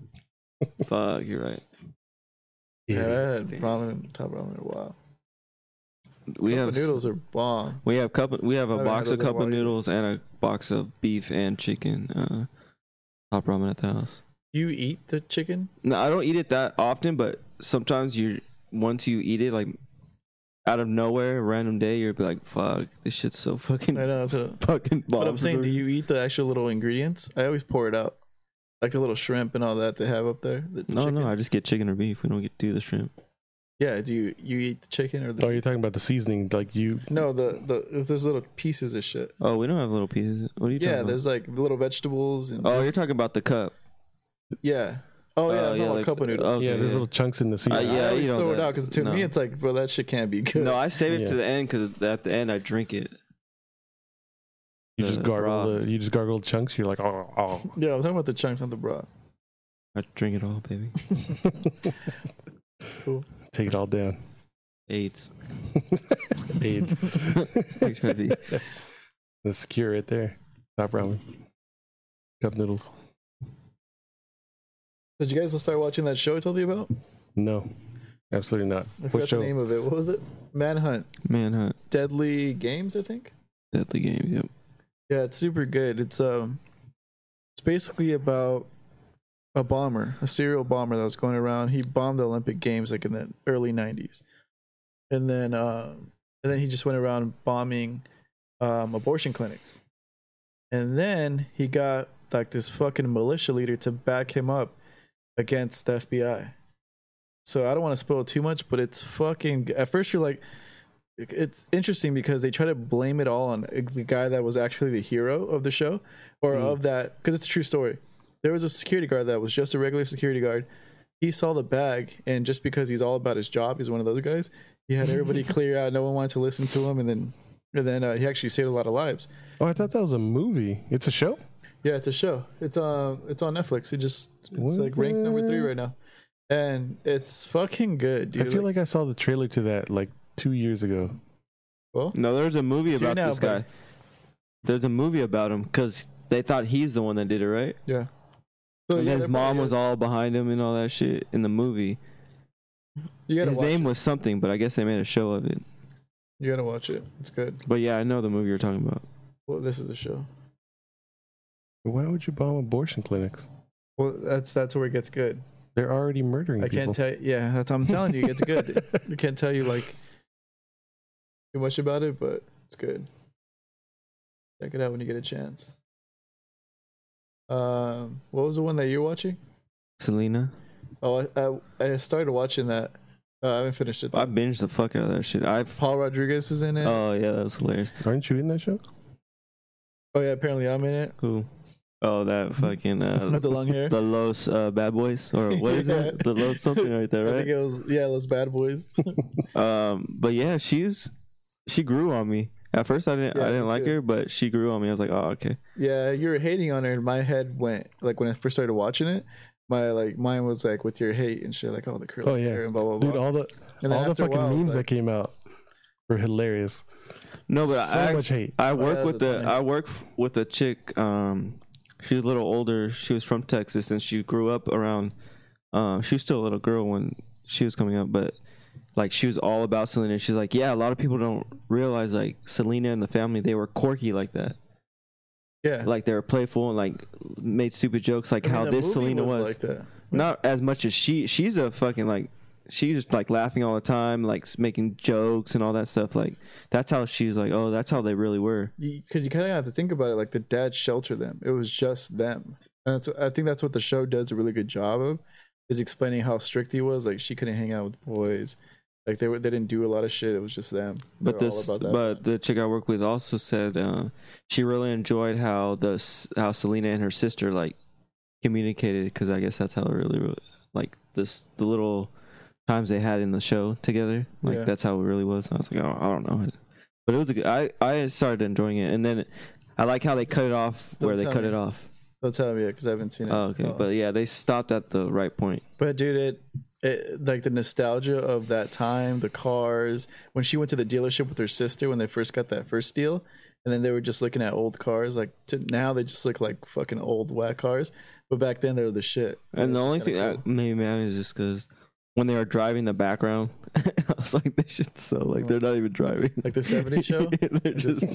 Speaker 3: Fuck, you're right.
Speaker 1: Yeah,
Speaker 2: Yeah.
Speaker 1: I had ramen, top ramen in a while.
Speaker 3: We
Speaker 1: Cup
Speaker 3: have
Speaker 1: of noodles are bomb.
Speaker 3: We have cup. We have
Speaker 1: I
Speaker 3: a
Speaker 1: haven't
Speaker 3: box
Speaker 1: had
Speaker 3: of
Speaker 1: those in a
Speaker 3: cup of
Speaker 1: while either.
Speaker 3: noodles and a box of beef and chicken. Uh, top ramen at the house.
Speaker 1: You eat the chicken?
Speaker 3: No, I don't eat it that often, but sometimes you once you eat it, like out of nowhere, random day, you'd be like, "Fuck, this shit's so fucking
Speaker 1: I know. uh, So,
Speaker 3: fucking Hmm. bomb."
Speaker 1: but I'm saying, do you eat the actual little ingredients? I always pour it out, like the little shrimp and all that they have up there. the
Speaker 3: No,
Speaker 1: chicken.
Speaker 3: no, I just get chicken or beef. We don't get do the shrimp.
Speaker 1: Yeah, do you you eat the chicken or the?
Speaker 2: Oh, you're talking about the seasoning, like you.
Speaker 1: No, the the there's little pieces of shit.
Speaker 3: Oh, we don't have little pieces. What are
Speaker 1: Yeah,
Speaker 3: you talking about?
Speaker 1: there's like little vegetables and
Speaker 3: Oh, you're talking about the cup.
Speaker 1: yeah. Oh yeah,
Speaker 3: Oh,
Speaker 1: it's
Speaker 3: yeah,
Speaker 1: all
Speaker 3: like-
Speaker 1: cup of noodles.
Speaker 3: oh, Okay,
Speaker 2: yeah, there's
Speaker 3: yeah.
Speaker 2: little chunks in the
Speaker 3: Uh,
Speaker 2: seasoning.
Speaker 3: yeah,
Speaker 1: I
Speaker 3: you
Speaker 1: always
Speaker 3: know
Speaker 1: throw it
Speaker 3: that.
Speaker 1: out because to
Speaker 3: No.
Speaker 1: me it's like, bro, that shit can't be good.
Speaker 3: No, I save it to
Speaker 2: Yeah.
Speaker 3: the end because at the end I drink it.
Speaker 2: you just
Speaker 3: the
Speaker 2: gargle.
Speaker 3: broth.
Speaker 2: The, you just gargle chunks. You're like, oh, oh.
Speaker 1: Yeah, I'm talking about the chunks, not the broth.
Speaker 3: I drink it all, baby.
Speaker 1: Cool.
Speaker 2: Take it all down.
Speaker 3: AIDS.
Speaker 2: AIDS.
Speaker 3: HIV.
Speaker 2: That's secure right there. Top ramen. Cup noodles.
Speaker 1: Did you guys all start watching that show I told you about?
Speaker 2: No, absolutely not.
Speaker 1: I
Speaker 2: What
Speaker 1: forgot the
Speaker 2: show?
Speaker 1: name of it. What was it? Manhunt,
Speaker 3: Manhunt.
Speaker 1: Deadly Games, I think.
Speaker 3: Deadly games. Yep.
Speaker 1: Yeah, it's super good. It's um, it's basically about a bomber, a serial bomber that was going around. He bombed the Olympic Games like in the early '90s, and then um, and then he just went around bombing um, abortion clinics, and then he got like this fucking militia leader to back him up against the FBI. So I don't want to spoil too much, but it's fucking. At first, you're like, it's interesting because they try to blame it all on the guy that was actually the hero of the show or
Speaker 2: Mm.
Speaker 1: of that because it's a true story. There was a security guard that was just a regular security guard. He saw the bag, and just because he's all about his job, he's one of those guys. He had everybody clear out. No one wanted to listen to him, and then and then uh, he actually saved a lot of lives.
Speaker 2: Oh, I thought that was a movie. It's a show.
Speaker 1: Yeah, it's a show. It's um, it's on Netflix. It just it's like ranked number three right now, and it's fucking good, dude.
Speaker 2: I feel like I saw the trailer to that like two years ago.
Speaker 1: well,
Speaker 3: No, there's a movie
Speaker 1: It's you
Speaker 3: about
Speaker 1: now,
Speaker 3: this guy.
Speaker 1: buddy.
Speaker 3: There's a movie about him because they thought he's the one that did it, right?
Speaker 1: yeah. So,
Speaker 3: and
Speaker 1: Oh, yeah,
Speaker 3: his
Speaker 1: they're
Speaker 3: mom
Speaker 1: probably-
Speaker 3: was all behind him and all that shit in the movie.
Speaker 1: You gotta
Speaker 3: His
Speaker 1: watch
Speaker 3: name
Speaker 1: it.
Speaker 3: was something, but I guess they made a show of it.
Speaker 1: You gotta watch it. It's good.
Speaker 3: But yeah, I know the movie you're talking about.
Speaker 1: Well, this is a show.
Speaker 2: Why would you bomb abortion clinics?
Speaker 1: Well, that's that's where it gets good.
Speaker 2: They're already murdering.
Speaker 1: I can't tell. Yeah, that's I'm telling you, it gets good. I can't tell you like too much about it, but it's good. Check it out when you get a chance. Um, what was the one that you're watching?
Speaker 3: Selena.
Speaker 1: Oh, I I, I started watching that. Uh, I haven't finished it. though.
Speaker 3: I binged the fuck out of that shit. I've.
Speaker 1: Paul Rodriguez is in it.
Speaker 3: Oh yeah, that was hilarious.
Speaker 2: Aren't you in that show?
Speaker 1: oh yeah, apparently I'm in it.
Speaker 3: Cool. Oh, that fucking uh,
Speaker 1: With the long hair.
Speaker 3: the Los uh, Bad Boys or what is
Speaker 1: Yeah.
Speaker 3: it? The Los something right there,
Speaker 1: I think it
Speaker 3: right?
Speaker 1: was yeah, those bad boys.
Speaker 3: Um, but yeah, she's she grew on me. At first, I didn't
Speaker 1: Yeah,
Speaker 3: I
Speaker 1: me
Speaker 3: didn't like
Speaker 1: too.
Speaker 3: her, but she grew on me. I was like, oh okay.
Speaker 1: Yeah, you were hating on her, and my head went like when I first started watching it. My like mine was like with your hate and shit, like oh the curly
Speaker 2: Oh, yeah.
Speaker 1: hair and blah blah blah.
Speaker 2: Dude, all the
Speaker 1: and then
Speaker 2: all the
Speaker 1: after a
Speaker 2: fucking
Speaker 1: while, I was
Speaker 2: memes
Speaker 1: like-
Speaker 2: that came out were hilarious.
Speaker 3: No, but
Speaker 2: so
Speaker 3: I
Speaker 2: much hate.
Speaker 3: I
Speaker 1: that
Speaker 3: work
Speaker 1: was
Speaker 3: with
Speaker 1: a
Speaker 3: the
Speaker 1: time.
Speaker 3: I work f- with a chick. Um, she's a little older. She was from Texas, and she grew up around. Um, she was still a little girl when she was coming up, but like she was all about Selena. She's like, yeah, a lot of people don't realize like Selena and the family they were quirky like that,
Speaker 1: yeah,
Speaker 3: like they were playful and like made stupid jokes, like
Speaker 1: I mean,
Speaker 3: how
Speaker 1: the
Speaker 3: this
Speaker 1: movie
Speaker 3: Selena was.
Speaker 1: like that.
Speaker 3: Not as much as she. She's a fucking like. She's just like laughing all the time, like s- making jokes and all that stuff. Like that's how she's like. Oh, that's how they really were.
Speaker 1: because you kind of have to think about it. Like the dad sheltered them; it was just them, and that's I think that's what the show does a really good job of, is explaining how strict he was. Like she couldn't hang out with boys, like they were they didn't do a lot of shit. It was just them.
Speaker 3: But
Speaker 1: They're all
Speaker 3: this,
Speaker 1: about that
Speaker 3: but the chick I work with also said uh, she really enjoyed how the s- how Selena and her sister like communicated because I guess that's how it really like this the little times they had in the show together. Like
Speaker 1: Yeah.
Speaker 3: that's how it really was. I was like, oh, I don't know, but it was a good. I I started enjoying it, and then I like how they cut it off
Speaker 1: Don't
Speaker 3: where they
Speaker 1: tell
Speaker 3: cut
Speaker 1: me.
Speaker 3: it off.
Speaker 1: Don't tell me because I haven't seen it.
Speaker 3: Oh, okay, but yeah, they stopped at the right point.
Speaker 1: But dude, it, it like the nostalgia of that time, the cars. When she went to the dealership with her sister when they first got that first deal, and then they were just looking at old cars. Like to, now they just look like fucking old whack cars. But back then they were the shit.
Speaker 3: And the
Speaker 1: It was
Speaker 3: only
Speaker 1: just
Speaker 3: thing
Speaker 1: kinda
Speaker 3: that made me mad is just because when they were driving the background, I was like, they should so like they're not even driving.
Speaker 1: Like the 70s show?
Speaker 3: they're just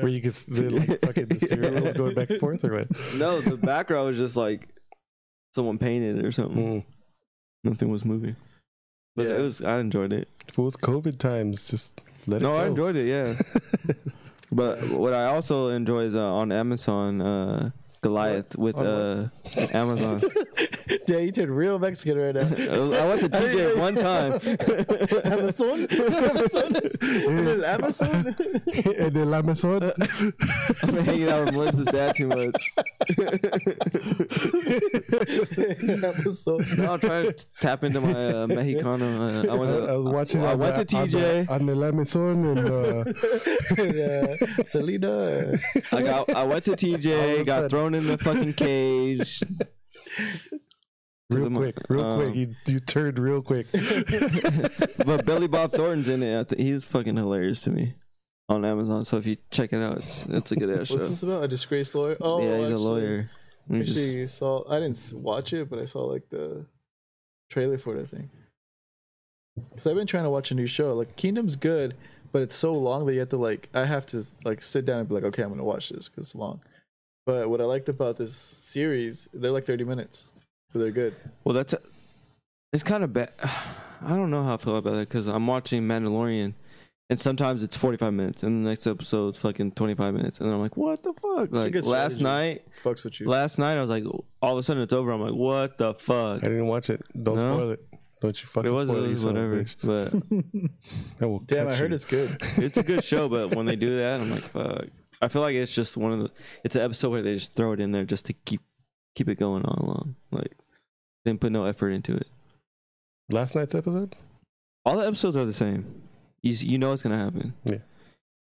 Speaker 2: Where you could s- they're like fucking the steering wheels going back and forth or what?
Speaker 3: no. The Mm.
Speaker 2: Hmm.
Speaker 3: background was just like someone painted it or something.
Speaker 2: Mm.
Speaker 3: Nothing was moving. But
Speaker 1: Yeah.
Speaker 3: it was I enjoyed it.
Speaker 2: If it was COVID times, just let it
Speaker 3: No,
Speaker 2: go.
Speaker 3: I enjoyed it. Yeah. but what I also enjoy is uh, on Amazon uh, Goliath with uh,
Speaker 1: On
Speaker 3: Amazon.
Speaker 1: Yeah, you turned real Mexican right now.
Speaker 3: I went to
Speaker 1: I didn't know
Speaker 3: TJ
Speaker 1: you-
Speaker 3: one time.
Speaker 1: Amazon? Amazon? Amazon?
Speaker 2: and then Amazon,
Speaker 3: I've been uh, hanging out with Melissa's dad too much.
Speaker 1: Amazon.
Speaker 3: No, I'm trying to tap into my uh, Mexicano. Uh, I,
Speaker 2: I,
Speaker 3: went to,
Speaker 2: I was watching.
Speaker 3: I,
Speaker 2: on
Speaker 3: went to
Speaker 2: the- on
Speaker 3: TJ.
Speaker 2: the- on the Amazon, and uh,
Speaker 1: Yeah. Selena.
Speaker 3: I got. I went to
Speaker 2: All of
Speaker 3: TJ.
Speaker 2: a
Speaker 3: Got
Speaker 2: sudden.
Speaker 3: thrown in the fucking cage.
Speaker 2: real
Speaker 3: I'm a-
Speaker 2: quick, real
Speaker 3: um,
Speaker 2: quick, you you turned real quick.
Speaker 3: But Billy Bob Thornton's in it. I think he's fucking hilarious to me on Amazon. So if you check it out, it's, it's a good ass show.
Speaker 1: What's this about? A disgraced lawyer? Oh,
Speaker 3: yeah, he's
Speaker 1: actually,
Speaker 3: a lawyer. We just-
Speaker 1: Actually, saw. I didn't s- watch it, but I saw like the trailer for it. I think because I've been trying to watch a new show. Like Kingdom's good, but it's so long that you have to like. I have to like sit down and be like, okay, I'm gonna watch this because it's long. But what I liked about this series, they're like 30 minutes, so they're good.
Speaker 3: well, that's it's kind of bad. I don't know how I feel about that because I'm watching Mandalorian, and sometimes it's 45 minutes, and the next episode's fucking 25 minutes, and I'm like, what the fuck? Like
Speaker 1: good
Speaker 3: last
Speaker 1: strategy.
Speaker 3: night,
Speaker 1: Fucks with you.
Speaker 3: last night I was like, all of a sudden it's over. I'm like, what the fuck?
Speaker 2: I didn't watch it. Don't
Speaker 3: No?
Speaker 2: spoil it. Don't you fucking
Speaker 3: It was,
Speaker 2: spoil
Speaker 3: it
Speaker 2: you
Speaker 3: was
Speaker 2: son of a
Speaker 3: whatever,
Speaker 2: bitch.
Speaker 3: but
Speaker 2: I will
Speaker 1: Damn,
Speaker 2: cut
Speaker 1: I heard
Speaker 2: you.
Speaker 1: it's good.
Speaker 3: it's a good show. But when they do that, I'm like, fuck. I feel like it's just one of the. It's an episode where they just throw it in there just to keep keep it going on long. Like, they didn't put no effort into it.
Speaker 2: last night's episode.
Speaker 3: All the episodes are the same. You s- you know what's gonna happen.
Speaker 2: Yeah.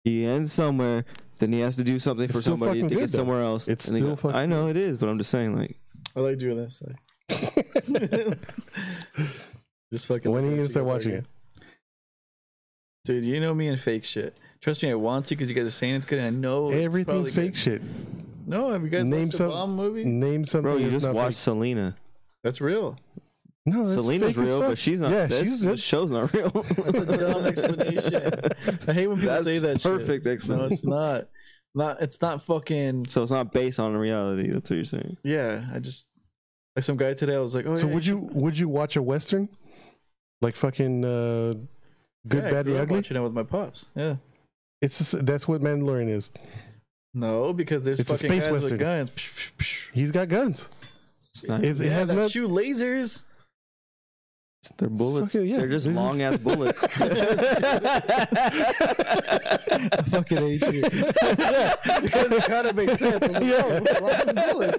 Speaker 3: He ends somewhere, then he has to do something
Speaker 2: It's
Speaker 3: for
Speaker 2: still
Speaker 3: somebody to
Speaker 2: fucking
Speaker 3: get
Speaker 2: good, though.
Speaker 3: somewhere else.
Speaker 2: It's
Speaker 3: and they
Speaker 2: still
Speaker 3: go-
Speaker 2: fucking
Speaker 3: I know it is, but I'm just saying, like,
Speaker 1: I like doing this. Like, just fucking.
Speaker 2: when are
Speaker 1: like
Speaker 2: you gonna
Speaker 1: watching
Speaker 2: start
Speaker 1: guys
Speaker 2: watching
Speaker 1: argue.
Speaker 2: it?
Speaker 1: Dude, you know me and fake shit. Trust me, I want to because you guys are saying it's good, and I know it's probably
Speaker 2: Everything's fake
Speaker 1: good.
Speaker 2: shit.
Speaker 1: No, have you guys
Speaker 2: Name
Speaker 1: watched
Speaker 2: some-
Speaker 1: the bomb movie?
Speaker 2: Name something.
Speaker 3: bro, you
Speaker 2: that's
Speaker 3: just
Speaker 2: not
Speaker 3: watched
Speaker 2: fake.
Speaker 3: Selena.
Speaker 1: That's real.
Speaker 2: No, that's
Speaker 3: Selena's
Speaker 2: fake as
Speaker 3: real,
Speaker 2: fuck.
Speaker 3: but she's not.
Speaker 2: Yeah,
Speaker 3: that's-
Speaker 2: she's
Speaker 3: the
Speaker 2: it.
Speaker 3: show's not real.
Speaker 1: That's a dumb explanation. I hate when people
Speaker 3: That's
Speaker 1: say that.
Speaker 3: perfect
Speaker 1: shit. No,
Speaker 3: explanation.
Speaker 1: it's not. Not. It's not fucking.
Speaker 3: So it's not based on reality. That's what you're saying.
Speaker 1: Yeah, I just like some guy today. I was like, oh.
Speaker 2: So
Speaker 1: yeah,
Speaker 2: would you would you watch a western, like fucking uh, good,
Speaker 1: yeah, I
Speaker 2: bad,
Speaker 1: grew
Speaker 2: and
Speaker 1: up
Speaker 2: ugly?
Speaker 1: Watching it with my pops. Yeah.
Speaker 2: It's just, that's what Mandalorian is.
Speaker 1: No, because there's
Speaker 2: It's a
Speaker 1: fucking
Speaker 2: space
Speaker 1: guys
Speaker 2: western.
Speaker 1: with guns. Psh, psh, psh.
Speaker 2: He's got guns.
Speaker 3: It's not-
Speaker 2: It's, it
Speaker 1: Yeah,
Speaker 2: has
Speaker 1: that
Speaker 2: no.
Speaker 1: shoot lasers.
Speaker 3: They're bullets.
Speaker 2: fucking- yeah,
Speaker 3: They're just
Speaker 2: they're just-
Speaker 3: long ass bullets.
Speaker 1: I fucking hate you. yeah, because it kind of makes sense. I was like,
Speaker 2: Yeah.
Speaker 1: oh, fucking bullets.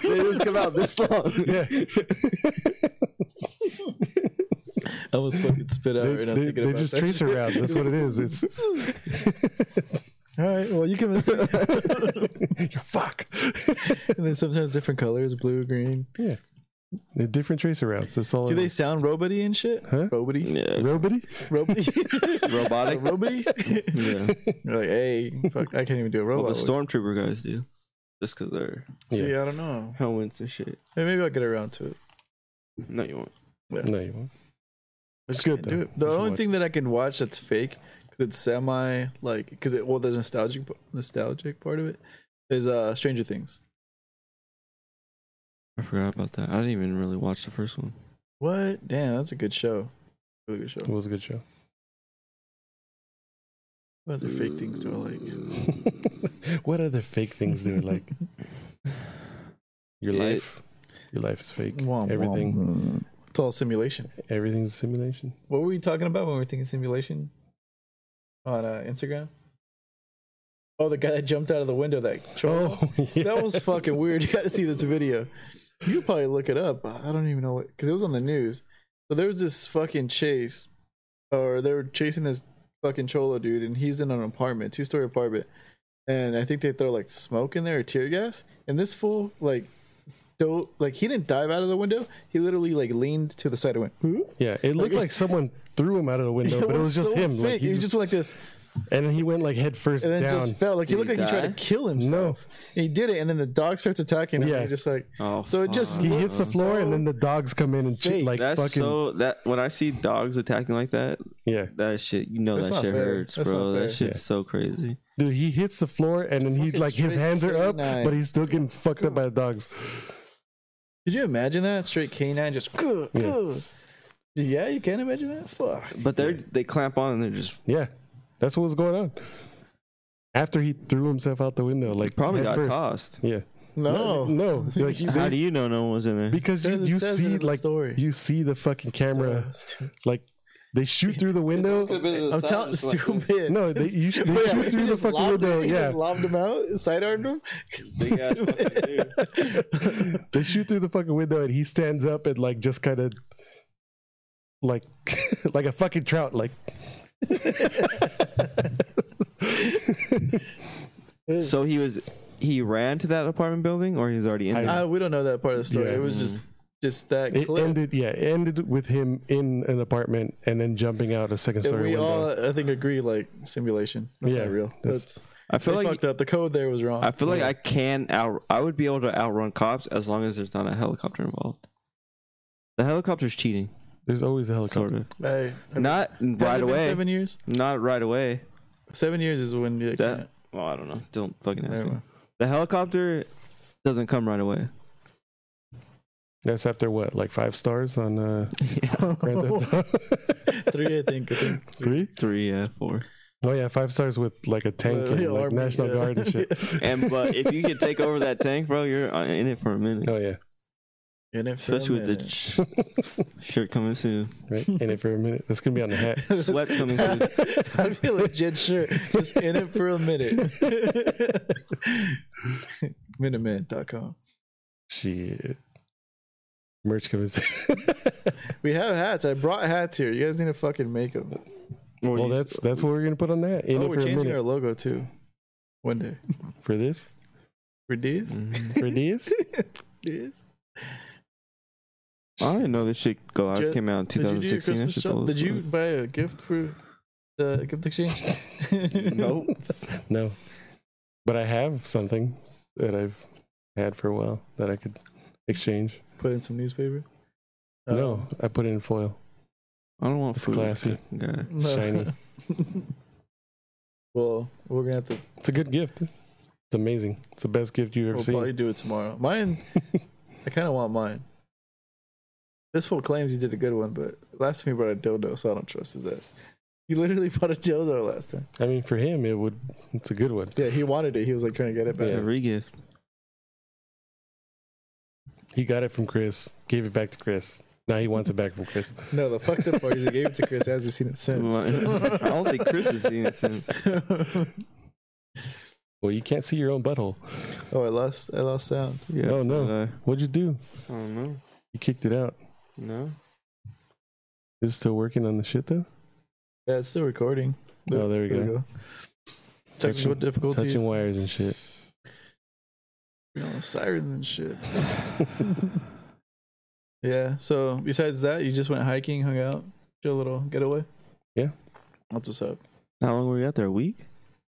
Speaker 3: they just come out this long.
Speaker 2: Yeah, they,
Speaker 1: I was fucking spit out right now
Speaker 2: they,
Speaker 1: thinking
Speaker 2: they
Speaker 1: about
Speaker 2: just
Speaker 1: that.
Speaker 2: tracer rounds. That's what it is. It's
Speaker 1: All right, well, you can miss it.
Speaker 2: you're fuck.
Speaker 1: And then sometimes different colors, blue, green.
Speaker 2: Yeah, they're different tracer rounds. That's all.
Speaker 1: Do
Speaker 2: it
Speaker 1: they
Speaker 2: is.
Speaker 1: sound robody and shit?
Speaker 2: Huh?
Speaker 1: Robody?
Speaker 3: Yeah.
Speaker 2: Nobody.
Speaker 1: Robody?
Speaker 3: Robotic.
Speaker 1: robody?
Speaker 3: Yeah.
Speaker 1: You're like, hey, fuck, I can't even do a robot.
Speaker 3: Well, the
Speaker 1: voice.
Speaker 3: stormtrooper guys do. Just because they're
Speaker 1: See, I don't know.
Speaker 3: helmets and shit.
Speaker 1: Hey, Maybe I'll get around to it.
Speaker 3: No, you won't.
Speaker 2: No, you won't.
Speaker 1: I just
Speaker 2: It's good,
Speaker 1: can't do
Speaker 2: though.
Speaker 1: it. The
Speaker 2: You should
Speaker 1: only
Speaker 2: watch
Speaker 1: thing that I can watch that's fake, because it's semi like, because it well, the nostalgic nostalgic part of it is uh Stranger Things.
Speaker 3: I forgot about that. I didn't even really watch the first one.
Speaker 1: What? Damn, that's a good show. Really good
Speaker 2: It
Speaker 1: show.
Speaker 2: was a good show.
Speaker 1: What other fake things do I like?
Speaker 2: what other fake things do we like? Your
Speaker 3: It-
Speaker 2: life. Your life is fake.
Speaker 1: Womp,
Speaker 2: Everything.
Speaker 1: womp. It's all simulation.
Speaker 2: Everything's a simulation.
Speaker 1: What were we talking about when we were thinking simulation on uh, Instagram? Oh, the guy that jumped out of the window. That troll.
Speaker 2: yeah.
Speaker 1: Oh, that was fucking weird. You got to see this video. You could probably look it up. I don't even know what because it was on the news. So there was this fucking chase, or they were chasing this fucking cholo dude, and he's in an apartment, two story apartment, and I think they throw like smoke in there or tear gas, and this fool like. do like he didn't dive out of the window. He literally like leaned to the side and went. "Huh?"
Speaker 2: Yeah, it looked like someone threw him out of the window, but it was just
Speaker 1: so
Speaker 2: him.
Speaker 1: fake.
Speaker 2: Like
Speaker 1: he,
Speaker 2: he
Speaker 1: just,
Speaker 2: just,
Speaker 1: went like this,
Speaker 2: and then he went like head first
Speaker 1: and then
Speaker 2: down.
Speaker 1: just fell. Like he
Speaker 3: Did
Speaker 1: looked
Speaker 3: he
Speaker 1: like he tried
Speaker 3: die?
Speaker 1: to kill himself. And he did it, and then the dog starts attacking him.
Speaker 2: Yeah.
Speaker 1: And you're just like,
Speaker 3: Oh,
Speaker 1: So it just-
Speaker 3: fuck.
Speaker 2: he hits the floor, and then the dogs come in and shit,
Speaker 1: Fake.
Speaker 2: like
Speaker 3: That's
Speaker 2: fucking
Speaker 3: so that when I see dogs attacking like that,
Speaker 2: yeah,
Speaker 3: that shit, you know
Speaker 1: That's
Speaker 3: that
Speaker 1: not
Speaker 3: shit
Speaker 1: fair.
Speaker 3: hurts,
Speaker 1: That's
Speaker 3: bro.
Speaker 1: not
Speaker 3: That
Speaker 1: fair.
Speaker 3: shit's so crazy.
Speaker 2: dude. He hits the floor, and then he
Speaker 1: Fucking
Speaker 2: like his
Speaker 1: straight
Speaker 2: hands are up,
Speaker 1: canine.
Speaker 2: but he's still getting fucked up by the dogs.
Speaker 1: Could you imagine that straight canine just?
Speaker 2: Yeah.
Speaker 1: Yeah, you can't imagine that. Fuck.
Speaker 3: But they are they clamp on and they're just
Speaker 2: Yeah, that's what was going on. After he threw himself out the window, like
Speaker 3: probably
Speaker 2: head
Speaker 3: got
Speaker 2: first.
Speaker 3: tossed.
Speaker 2: Yeah.
Speaker 1: No.
Speaker 2: no. Like,
Speaker 3: How
Speaker 2: they-
Speaker 3: do you know no one was in there?
Speaker 2: because you,
Speaker 1: Because it
Speaker 2: you
Speaker 1: says
Speaker 2: see
Speaker 1: in the
Speaker 2: like
Speaker 1: story.
Speaker 2: you see the fucking camera
Speaker 1: It's too-
Speaker 2: like they shoot through the window.
Speaker 1: I'm telling stupid.
Speaker 2: No, they-
Speaker 1: It's
Speaker 2: you should- they
Speaker 1: stupid.
Speaker 2: shoot through
Speaker 1: He
Speaker 2: the
Speaker 1: just
Speaker 2: fucking
Speaker 1: lobbed him-
Speaker 2: window,
Speaker 1: He just
Speaker 2: yeah.
Speaker 1: lobbed him out, sidearmed him.
Speaker 3: Big ass
Speaker 1: Stupid.
Speaker 2: They shoot through the fucking window and he stands up and like just kind of like like a fucking trout like
Speaker 3: So he was he ran to that apartment building or he's already in
Speaker 2: I-
Speaker 3: there?
Speaker 1: Uh, we don't know that part of the story.
Speaker 2: Yeah.
Speaker 1: it was just just that
Speaker 2: it
Speaker 1: clip.
Speaker 2: ended yeah, it ended with him in an apartment and then jumping out a second
Speaker 1: And
Speaker 2: story
Speaker 1: we
Speaker 2: window.
Speaker 1: all, uh, I think, agree like simulation. That's
Speaker 2: Yeah,
Speaker 1: not real.
Speaker 2: that's-
Speaker 1: That's,
Speaker 3: I feel
Speaker 1: they
Speaker 3: like
Speaker 1: fucked up. The code there was wrong.
Speaker 3: I feel like I can out. I would be able to outrun cops as long as there's not a helicopter involved. The helicopter's cheating,
Speaker 2: There's always a helicopter.
Speaker 3: sort of.
Speaker 1: Hey, have-
Speaker 3: Not
Speaker 1: has it
Speaker 3: right
Speaker 1: been
Speaker 3: away.
Speaker 1: Seven years.
Speaker 3: Not right away.
Speaker 1: Seven years is when you
Speaker 3: That- Well, I don't know. Don't fucking
Speaker 1: can't-
Speaker 3: ask me.
Speaker 1: never mind.
Speaker 3: The helicopter doesn't come right away.
Speaker 2: That's after what, like five stars on uh, Grand Theft Auto?
Speaker 1: three. I think. I think.
Speaker 2: Three?
Speaker 3: Three, yeah, four.
Speaker 2: Oh yeah, five stars with like a tank
Speaker 1: The
Speaker 2: and like
Speaker 1: army, Uh,
Speaker 2: National
Speaker 1: yeah.
Speaker 2: Guard and shit.
Speaker 3: And but if you can take over that tank, bro, you're uh, in it for a minute.
Speaker 2: Oh yeah,
Speaker 1: In it for a
Speaker 3: Especially with the
Speaker 1: minute.
Speaker 3: sh- shirt coming soon.
Speaker 2: right. In it for a minute. That's gonna be on the hat.
Speaker 3: Sweat's coming soon.
Speaker 1: I feel legit sure. Just in it for a minute. Minuteman.com.
Speaker 2: Shit. Merch coming soon.
Speaker 1: We have hats. I brought hats here. You guys need to fucking make them.
Speaker 2: well, that's that's what we're gonna put on that. In
Speaker 1: oh,
Speaker 2: it
Speaker 1: we're
Speaker 2: for a
Speaker 1: changing
Speaker 2: minute
Speaker 1: our logo too. One day.
Speaker 2: for this
Speaker 1: For these?
Speaker 3: Mhm.
Speaker 2: for these.
Speaker 1: These?
Speaker 3: I didn't know this shit Goliath
Speaker 1: Did-
Speaker 3: came out in
Speaker 1: Did you do your
Speaker 3: 2016. That
Speaker 1: Christmas
Speaker 3: shit's
Speaker 1: shop?
Speaker 3: old as
Speaker 1: Did you
Speaker 3: fuck.
Speaker 1: buy a gift for the gift exchange?
Speaker 3: Nope.
Speaker 2: no, but I have something that I've had for a while that I could exchange.
Speaker 1: Put in some newspaper? Uh,
Speaker 2: no, I put it in foil.
Speaker 3: I don't want
Speaker 2: It's
Speaker 3: food.
Speaker 2: classy.
Speaker 3: Yeah.
Speaker 1: Uh, no.
Speaker 2: Shiny.
Speaker 1: well, we're going to have to
Speaker 2: It's a good gift. It's amazing. It's the best gift you've ever
Speaker 1: We'll probably
Speaker 2: seen.
Speaker 1: do it tomorrow. Mine, I kind of want mine. This fool claims he did a good one, but last time he brought a dildo, so I don't trust his ass. He literally brought a dildo last time.
Speaker 2: I mean, for him, it would. It's a good one.
Speaker 1: Yeah, he wanted it. He was like trying to get it back.
Speaker 3: It's a regift.
Speaker 2: He got it from Chris. Gave it back to Chris. Now he wants it back from Chris.
Speaker 1: No, the fucked up part is he gave it to Chris. Hasn't seen it since.
Speaker 3: I don't think Chris has seen it since.
Speaker 2: Well, you can't see your own butthole.
Speaker 1: oh, I lost. I lost sound.
Speaker 3: Yeah,
Speaker 2: Oh,
Speaker 3: so
Speaker 2: no.
Speaker 3: did
Speaker 2: What'd you do?
Speaker 3: I. I don't know.
Speaker 2: You kicked it out.
Speaker 3: No.
Speaker 2: Is it still working on the shit though?
Speaker 1: Yeah, it's still recording.
Speaker 2: Oh, there we
Speaker 1: There we
Speaker 2: go.
Speaker 1: go. Technical
Speaker 2: Touching-
Speaker 1: difficulties.
Speaker 2: Touching wires and shit.
Speaker 1: You know, sirens and shit. Yeah. So besides that, you just went hiking, hung out, did a little getaway.
Speaker 2: Yeah.
Speaker 1: That's what's up.
Speaker 3: How long were you out there? A week?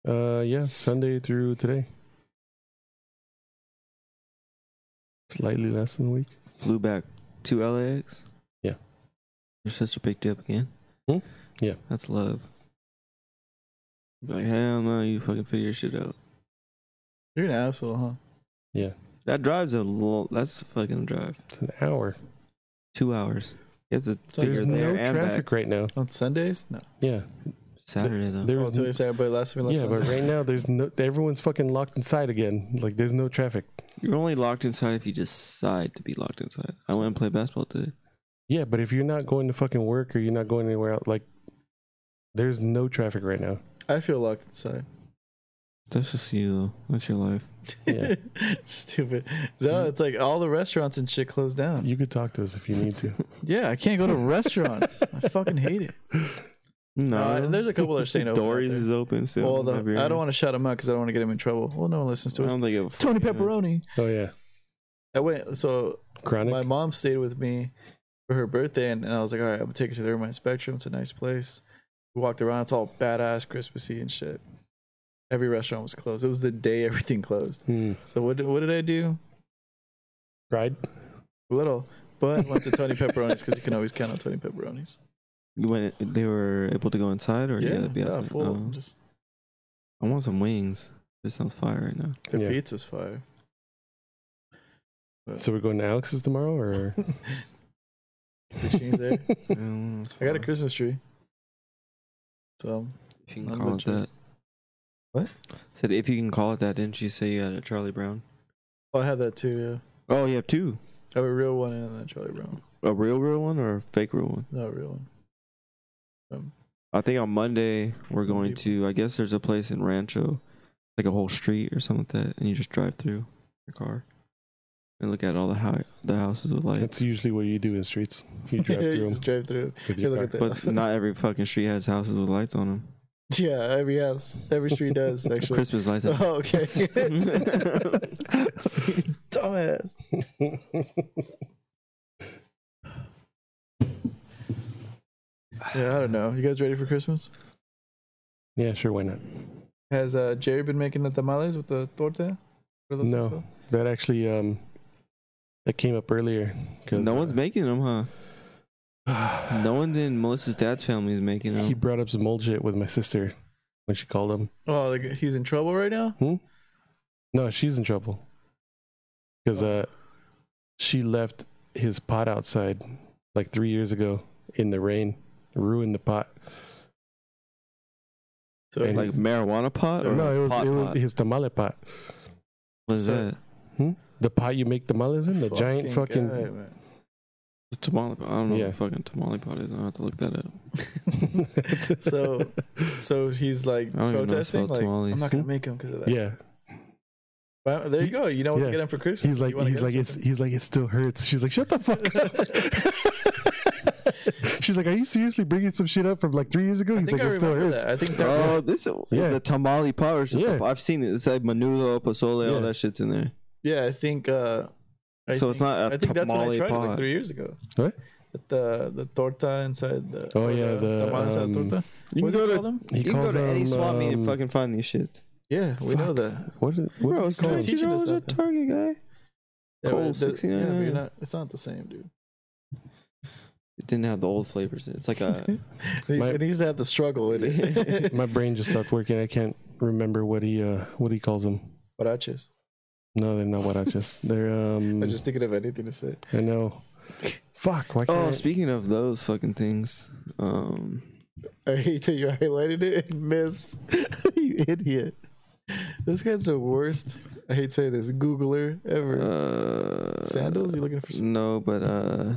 Speaker 2: uh, yeah, Sunday through today. Slightly less than a week.
Speaker 3: Flew back to LAX?
Speaker 2: Yeah.
Speaker 3: Your sister picked you up again?
Speaker 2: Hmm? Yeah.
Speaker 3: That's love. Like, hell no, you fucking figure shit out.
Speaker 1: You're an asshole, huh?
Speaker 3: That drive's a long, that's a fucking drive.
Speaker 2: It's an hour.
Speaker 3: Two hours. You have to
Speaker 1: So
Speaker 3: figure
Speaker 2: There's no
Speaker 3: there and
Speaker 2: traffic
Speaker 3: back.
Speaker 2: right now.
Speaker 1: On Sundays? No.
Speaker 2: Yeah,
Speaker 3: Saturday though.
Speaker 2: there
Speaker 1: Oh,
Speaker 2: was.
Speaker 1: totally sorry, but last time we left
Speaker 2: Oh, yeah, but
Speaker 1: Sunday.
Speaker 2: right now there's no. Everyone's fucking locked inside again. Like there's no traffic.
Speaker 3: You're only locked inside if you decide to be locked inside. I went and played basketball today.
Speaker 2: Yeah, but if you're not going to fucking work or you're not going anywhere out, like there's no traffic right now.
Speaker 1: I feel locked inside.
Speaker 3: That's just you though. That's your life.
Speaker 2: Yeah. Mm-hmm.
Speaker 1: Stupid. No, it's like all the restaurants and shit closed down.
Speaker 2: You could talk to us if you need to.
Speaker 1: Yeah, I can't go to restaurants. I fucking hate it.
Speaker 3: No,
Speaker 1: Uh, and there's a couple that are staying open out
Speaker 3: Dory's
Speaker 1: there.
Speaker 3: is open still.
Speaker 1: Well, the, I don't want to shut them out because I don't want to get them in trouble. Well, no one listens
Speaker 3: I
Speaker 1: to us.
Speaker 3: don't think it.
Speaker 1: Tony Pepperoni.
Speaker 2: Oh yeah,
Speaker 1: I went. So
Speaker 2: chronic.
Speaker 1: my mom stayed with me for her birthday, and, and I was like, all right, I'm gonna take her to the Irvine Spectrum. It's a nice place. We walked around. It's all badass, Christmassy and shit. Every restaurant was closed. It was the day everything closed.
Speaker 2: Hmm.
Speaker 1: So what? did- What did I do?
Speaker 2: Ride.
Speaker 1: Little, but went to Tony Pepperoni's because you can always count on Tony Pepperoni's.
Speaker 3: You went. They were able to go inside, or you
Speaker 1: yeah,
Speaker 3: gotta be
Speaker 1: yeah,
Speaker 3: outside?
Speaker 1: full.
Speaker 3: Oh.
Speaker 1: Just
Speaker 3: I want some wings. This sounds fire right now.
Speaker 1: their
Speaker 2: Yeah.
Speaker 1: pizza's fire.
Speaker 2: So we're going to Alex's tomorrow, or
Speaker 1: Exchange there.
Speaker 3: Yeah, that's
Speaker 1: I got a
Speaker 3: fine.
Speaker 1: Christmas tree. So
Speaker 3: If you can
Speaker 1: I'm
Speaker 3: call it
Speaker 1: with you.
Speaker 3: that.
Speaker 1: What?
Speaker 3: Said if you can call it that, didn't you say you had a Charlie Brown?
Speaker 1: oh, I have that too. Yeah,
Speaker 3: Oh, you have two.
Speaker 1: I have a real one and a Charlie Brown.
Speaker 3: A real, real one or a fake real one?
Speaker 1: No a real one.
Speaker 3: I think on Monday we're going to. I guess there's a place in Rancho, like a whole street or something like that, and you just drive through your car and look at all the hou- the houses with lights.
Speaker 2: That's usually what you do in the streets. You drive through them
Speaker 1: Drive through.
Speaker 2: with
Speaker 1: You
Speaker 2: your
Speaker 1: look
Speaker 2: car.
Speaker 1: at that.
Speaker 3: But not every fucking street has houses with lights on them.
Speaker 1: Yeah, every house, every street does actually.
Speaker 3: Christmas lights. have-
Speaker 1: Oh, okay. Dumbass. Yeah, I don't know. You guys ready for Christmas?
Speaker 2: yeah, sure. Why not?
Speaker 1: Has uh, Jerry been making the tamales with the torta? For
Speaker 2: No.
Speaker 1: six months?
Speaker 2: That actually um, that came up earlier. 'cause,
Speaker 3: no
Speaker 2: uh,
Speaker 3: one's making them, huh? No one's in Melissa's dad's family is making
Speaker 2: He
Speaker 3: them.
Speaker 2: brought up some old shit with my sister when she called him.
Speaker 1: Oh, like, he's in trouble right now.
Speaker 2: No, she's in trouble because uh, she left his pot outside like three years ago in the rain, ruined the pot.
Speaker 1: So
Speaker 2: And
Speaker 3: Like
Speaker 1: he's-
Speaker 3: marijuana pot?
Speaker 1: So-
Speaker 3: or
Speaker 2: no, it was
Speaker 3: pot
Speaker 2: it was
Speaker 3: pot?
Speaker 2: his tamale pot.
Speaker 3: What is
Speaker 1: so-
Speaker 3: that?
Speaker 2: The pot you make tamales in, the giant fucking.
Speaker 1: guy, man.
Speaker 3: It's tamale pot. I don't know
Speaker 2: Yeah.
Speaker 3: what fucking tamale pot is. I'll have to look that up.
Speaker 1: So- So he's like
Speaker 3: I don't even know what's
Speaker 1: protesting.
Speaker 3: about
Speaker 1: Like
Speaker 3: tamales.
Speaker 1: I'm not gonna make him because of that.
Speaker 2: yeah,
Speaker 1: But there you go. You know what to
Speaker 2: Yeah.
Speaker 1: get him for Christmas.
Speaker 2: he's
Speaker 1: You
Speaker 2: like
Speaker 1: wanna
Speaker 2: he's
Speaker 1: get him
Speaker 2: like it's
Speaker 1: something?
Speaker 2: he's like it still hurts. She's like shut the fuck up. She's like, are you seriously bringing some shit up from like three years ago?
Speaker 1: I
Speaker 2: He's
Speaker 1: think I
Speaker 2: like, it still
Speaker 1: remember
Speaker 2: hurts.
Speaker 1: that. I think that.
Speaker 3: Oh, this
Speaker 2: Yeah.
Speaker 3: is a tamale pot. Or it's just a-
Speaker 2: Yeah.
Speaker 3: I've seen it. It's like menudo, pozole,
Speaker 2: Yeah.
Speaker 3: all that shit's in there.
Speaker 1: Yeah, I think. Uh, I
Speaker 3: So
Speaker 1: think,
Speaker 3: it's not a
Speaker 1: I think that's when I
Speaker 3: tamale
Speaker 1: tried it like
Speaker 3: pot.
Speaker 1: three years ago.
Speaker 2: What?
Speaker 1: With the the torta inside the.
Speaker 2: Oh,
Speaker 1: or
Speaker 2: yeah, the,
Speaker 1: tamale inside
Speaker 2: um,
Speaker 1: torta.
Speaker 3: You
Speaker 1: What do you
Speaker 3: can go to,
Speaker 1: call them?
Speaker 2: He
Speaker 3: you can go
Speaker 2: calls
Speaker 3: to any
Speaker 2: them,
Speaker 3: swap meet and
Speaker 2: um,
Speaker 3: fucking find these shits.
Speaker 1: Yeah, we know that.
Speaker 2: What is, what
Speaker 3: Bro,
Speaker 2: is
Speaker 3: it's
Speaker 2: it called?
Speaker 1: teaching
Speaker 3: 22
Speaker 1: us
Speaker 3: dollars at
Speaker 1: that, though.
Speaker 3: Target, guy.
Speaker 1: Yeah,
Speaker 3: Cool,
Speaker 1: but it does-
Speaker 3: 69,
Speaker 1: yeah, but
Speaker 3: yeah.
Speaker 1: you're not- It's not the same, dude.
Speaker 3: It didn't have the old flavors. It's like a.
Speaker 1: He's-
Speaker 2: My-
Speaker 1: it needs to have the struggle in it.
Speaker 2: My brain just stopped working. I can't remember what he uh what he calls them.
Speaker 1: Paraches.
Speaker 2: No, they're not huaraches. They're um.
Speaker 1: I'm just thinking of anything to say.
Speaker 2: I know. Fuck. Why can't
Speaker 3: oh,
Speaker 2: I-
Speaker 3: speaking of those fucking things, um,
Speaker 1: I hate that you highlighted it and missed. you idiot. This guy's the worst. I hate saying this. Googler ever.
Speaker 3: uh,
Speaker 1: sandals? You looking for? Sandals?
Speaker 3: No, but uh,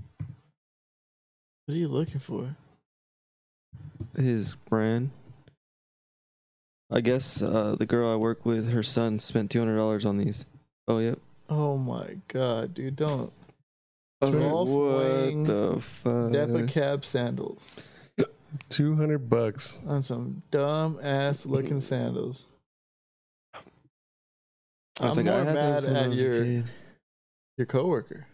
Speaker 1: What are you looking for?
Speaker 3: his brand. I guess uh, the girl I work with, her son spent two hundred dollars on these. Oh yep.
Speaker 1: Oh my god, dude! Don't.
Speaker 3: I was like,
Speaker 1: Golf wing,
Speaker 3: what the fuck?
Speaker 1: Depa cab sandals Oh.
Speaker 2: two hundred bucks?
Speaker 1: on some dumb ass looking sandals.
Speaker 3: I was
Speaker 1: I'm
Speaker 3: like, I
Speaker 1: more
Speaker 3: had
Speaker 1: mad
Speaker 3: those when I
Speaker 1: at
Speaker 3: was a
Speaker 1: your-
Speaker 3: kid.
Speaker 1: Your coworker.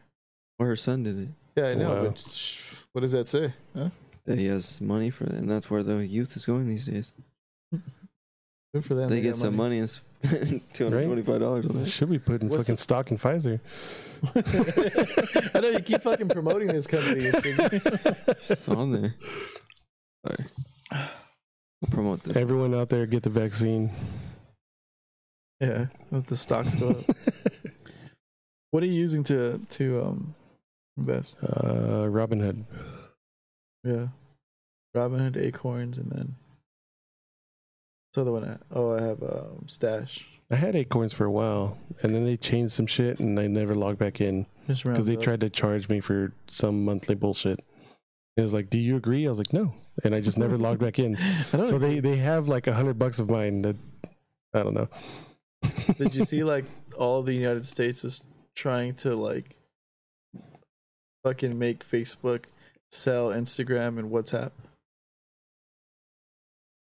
Speaker 3: Or her son did it.
Speaker 1: Yeah, I know.
Speaker 2: Wow.
Speaker 1: But sh- what does that say? Huh?
Speaker 3: That he has money for it, and that's where the youth is going these days.
Speaker 1: Good for them.
Speaker 3: they
Speaker 1: got
Speaker 3: get some money, and spend two hundred twenty-five dollars on that.
Speaker 2: Should be putting
Speaker 1: What's
Speaker 2: fucking stock in Pfizer.
Speaker 1: I know you keep fucking promoting this company. you think.
Speaker 3: It's on there. Sorry. I'll promote this.
Speaker 2: Everyone out there, get the vaccine.
Speaker 1: Yeah, let the stocks go up. What are you using to to um invest?
Speaker 2: Uh, Robinhood.
Speaker 1: Yeah, Robinhood, Acorns, and then so the one. I, oh, I have um, Stash.
Speaker 2: I had Acorns for a while, and then they changed some shit, and I never logged back in
Speaker 1: Just
Speaker 2: because
Speaker 1: rounds
Speaker 2: they
Speaker 1: up.
Speaker 2: tried to charge me for some monthly bullshit. It was like, "Do you agree?" I was like, "No," and I just never logged back in.
Speaker 1: I don't
Speaker 2: So they they have like a hundred bucks of mine that I don't know.
Speaker 1: Did you see like all the United States is trying to like fucking make Facebook sell Instagram and WhatsApp?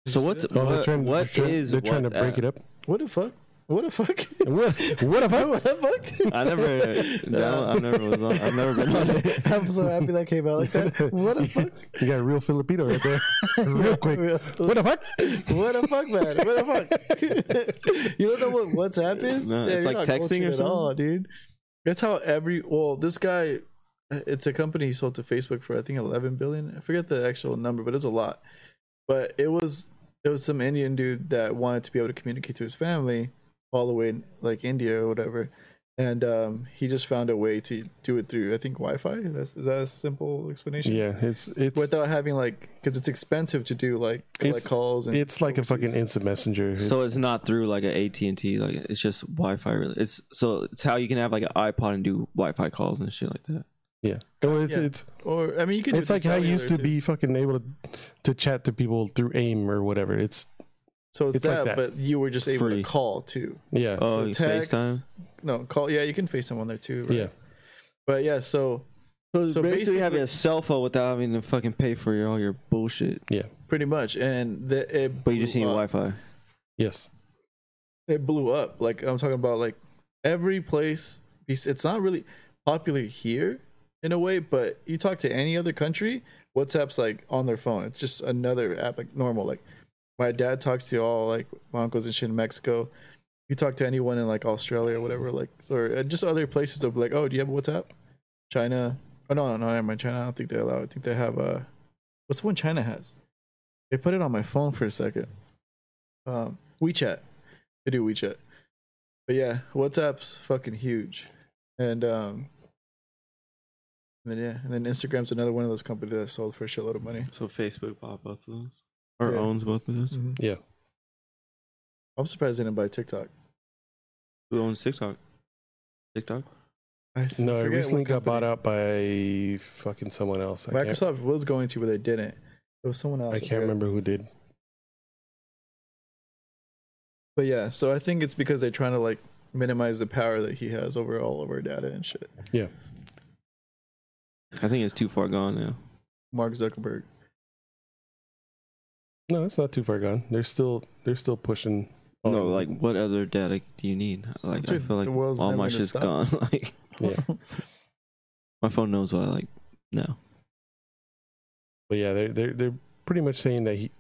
Speaker 1: Did
Speaker 3: So
Speaker 1: you see
Speaker 3: what's
Speaker 1: that?
Speaker 2: Oh, they're
Speaker 3: what,
Speaker 2: trying,
Speaker 3: what
Speaker 2: they're trying,
Speaker 3: is
Speaker 2: they're trying to
Speaker 3: WhatsApp?
Speaker 2: break it up.
Speaker 1: what the fuck? What the fuck?
Speaker 2: What? What if I?
Speaker 1: what the fuck?
Speaker 3: I never, no, I never was on. I've never been on it.
Speaker 1: I'm so happy that came out like that. What a fuck.
Speaker 2: You got a real Filipino right there, real quick.
Speaker 1: Real-
Speaker 2: What the fuck?
Speaker 1: What a fuck, man. What a fuck. you don't know what WhatsApp is?
Speaker 3: No, it's
Speaker 1: you're
Speaker 3: like
Speaker 1: not
Speaker 3: texting or
Speaker 1: cultured at all, dude. That's how every well, this guy it's a company he sold to Facebook for I think 11 billion. I forget the actual number, but it's a lot. But it was it was some Indian dude that wanted to be able to communicate to his family all the way in like India or whatever. and um, he just found a way to do it through I think Wi-Fi. That's, is that a simple explanation?
Speaker 2: Yeah, it's it's
Speaker 1: Without having like, because it's expensive to do like collect
Speaker 2: It's-
Speaker 1: calls and
Speaker 2: it's like a
Speaker 1: overseas.
Speaker 2: fucking instant messenger. It's,
Speaker 3: So it's not through like a AT and T, like it's just Wi-Fi. Really, it's so it's how you can have like an iPod and do Wi-Fi calls and shit like that.
Speaker 2: yeah. Oh, it's
Speaker 1: Yeah.
Speaker 2: it's
Speaker 1: or I mean you can. do
Speaker 2: it's
Speaker 1: it
Speaker 2: like how
Speaker 1: cellular,
Speaker 2: you used to
Speaker 1: too.
Speaker 2: be fucking able to to chat to people through AIM or whatever. It's
Speaker 1: So it's,
Speaker 2: it's like
Speaker 1: that, but
Speaker 2: that.
Speaker 1: you were just able to
Speaker 3: Free.
Speaker 1: call too.
Speaker 2: yeah,
Speaker 3: Oh,
Speaker 1: So
Speaker 3: you FaceTime.
Speaker 1: No, call. Yeah, you can FaceTime on there too. Right?
Speaker 2: yeah.
Speaker 1: But yeah, so
Speaker 3: So,
Speaker 1: So
Speaker 3: basically,
Speaker 1: basically-
Speaker 3: having a cell phone without having to fucking pay for your, all your bullshit,
Speaker 1: pretty much, and the, it
Speaker 3: but you just need
Speaker 1: blew up.
Speaker 3: Wi-Fi.
Speaker 2: Yes.
Speaker 1: it blew up. Like I'm talking about, like every place. It's not really popular here in a way, but you talk to any other country, WhatsApp's like on their phone. It's just another app, like normal. Like my dad talks to all like my uncles and shit in Mexico. You talk to anyone in like Australia or whatever, like or uh, just other places. They'll be like, "Oh, do you have WhatsApp?" China. Oh no, no, no, never mind. China. I don't think they allow. it. I think they have uh, what's the one China has? They put it on my phone for a second. Um, WeChat. They do WeChat. But yeah, WhatsApp's fucking huge, and um, and then yeah, and then Instagram's another one of those companies that sold for a shitload of money.
Speaker 3: So Facebook bought both of those
Speaker 1: or Yeah.
Speaker 3: owns both of those.
Speaker 1: Mhm.
Speaker 2: Yeah.
Speaker 1: I'm surprised they didn't buy TikTok.
Speaker 3: Who owns TikTok? TikTok.
Speaker 1: I f-
Speaker 2: No, it
Speaker 1: forget
Speaker 2: recently
Speaker 1: what
Speaker 2: got bought
Speaker 1: company.
Speaker 2: out by fucking someone else. I can't,
Speaker 1: Microsoft was going to, but they didn't. It was someone else.
Speaker 2: I
Speaker 1: forgot.
Speaker 2: can't remember who did.
Speaker 1: But yeah, so I think it's because they're trying to like minimize the power that he has over all of our data and shit.
Speaker 3: I think it's too far gone now.
Speaker 1: Mark Zuckerberg.
Speaker 2: No, it's not too far gone. They're still they're still pushing. all
Speaker 3: no,
Speaker 2: of-
Speaker 3: like what other data do you need? Like I
Speaker 1: Dude,
Speaker 3: feel like
Speaker 1: the world's
Speaker 3: all
Speaker 1: never
Speaker 3: my
Speaker 1: gonna
Speaker 3: shit's
Speaker 1: stop.
Speaker 3: gone. like
Speaker 2: Yeah.
Speaker 3: my phone knows what I like now.
Speaker 2: but yeah, they're they're they're pretty much saying that he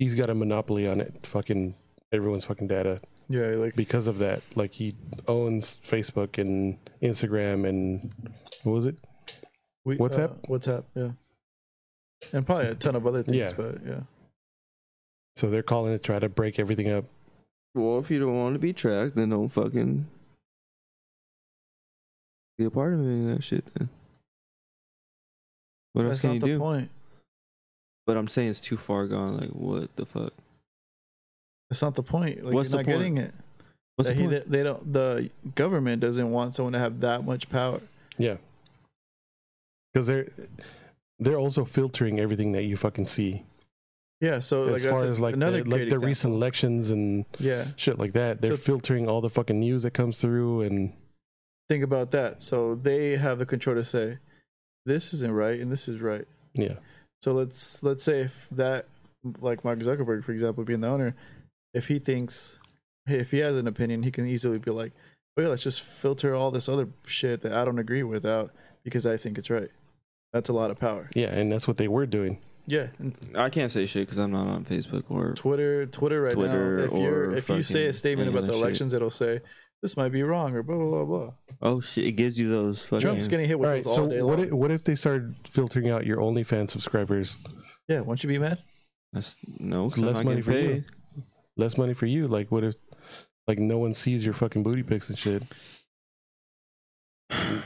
Speaker 2: he's got a monopoly on it. Fucking everyone's fucking data
Speaker 1: yeah, like
Speaker 2: because of that. Like he owns Facebook and Instagram and what was it?
Speaker 1: we,
Speaker 2: WhatsApp?
Speaker 1: Uh, WhatsApp, yeah. And probably a ton of other things,
Speaker 2: Yeah.
Speaker 1: but yeah.
Speaker 2: So they're calling to try to break everything up.
Speaker 3: Well, if you don't want to be tracked, then don't fucking be a part of any of that shit. Then what else
Speaker 1: That's
Speaker 3: can
Speaker 1: not
Speaker 3: you
Speaker 1: the
Speaker 3: do?
Speaker 1: point.
Speaker 3: But I'm saying it's too far gone. Like what the fuck?
Speaker 1: That's not the point. Like
Speaker 3: What's
Speaker 1: you're
Speaker 3: the
Speaker 1: not
Speaker 3: point?
Speaker 1: getting it.
Speaker 3: What's
Speaker 1: That
Speaker 3: the
Speaker 1: he-
Speaker 3: point?
Speaker 1: they don't the government doesn't want someone to have that much power.
Speaker 2: Yeah, because they're they're also filtering everything that you fucking see
Speaker 1: Yeah, so like
Speaker 2: as far
Speaker 1: that's
Speaker 2: as like
Speaker 1: another
Speaker 2: the,
Speaker 1: great
Speaker 2: like the
Speaker 1: example.
Speaker 2: recent elections and
Speaker 1: Yeah.
Speaker 2: shit like that. They're
Speaker 1: So-
Speaker 2: filtering all the fucking news that comes through and
Speaker 1: Think about that. So they have the control to say this isn't right and this is right.
Speaker 2: yeah.
Speaker 1: So let's let's say if that like Mark Zuckerberg, for example, being the owner, if he thinks if he has an opinion, he can easily be like, Well yeah, let's just filter all this other shit that I don't agree with out because I think it's right. That's a lot of power.
Speaker 2: Yeah, and that's what they were doing.
Speaker 1: Yeah. And
Speaker 3: I can't say shit because I'm not on Facebook or
Speaker 1: Twitter Twitter right
Speaker 3: Twitter
Speaker 1: now. If
Speaker 3: or
Speaker 1: you're if you say
Speaker 3: fucking
Speaker 1: a statement
Speaker 3: any
Speaker 1: about
Speaker 3: other
Speaker 1: the
Speaker 3: shit.
Speaker 1: elections, it'll say this might be wrong or blah blah blah blah.
Speaker 3: oh shit. It gives you those fucking.
Speaker 1: Trump's getting hit with
Speaker 2: all
Speaker 1: those
Speaker 2: right,
Speaker 1: all
Speaker 2: so
Speaker 1: day
Speaker 2: what
Speaker 1: long.
Speaker 2: if, what if they started filtering out your OnlyFans subscribers?
Speaker 1: yeah, won't you be mad?
Speaker 3: That's, no,
Speaker 2: It's
Speaker 3: i
Speaker 2: less money for you. Less money for you. Like what if like no one sees your fucking booty pics and shit?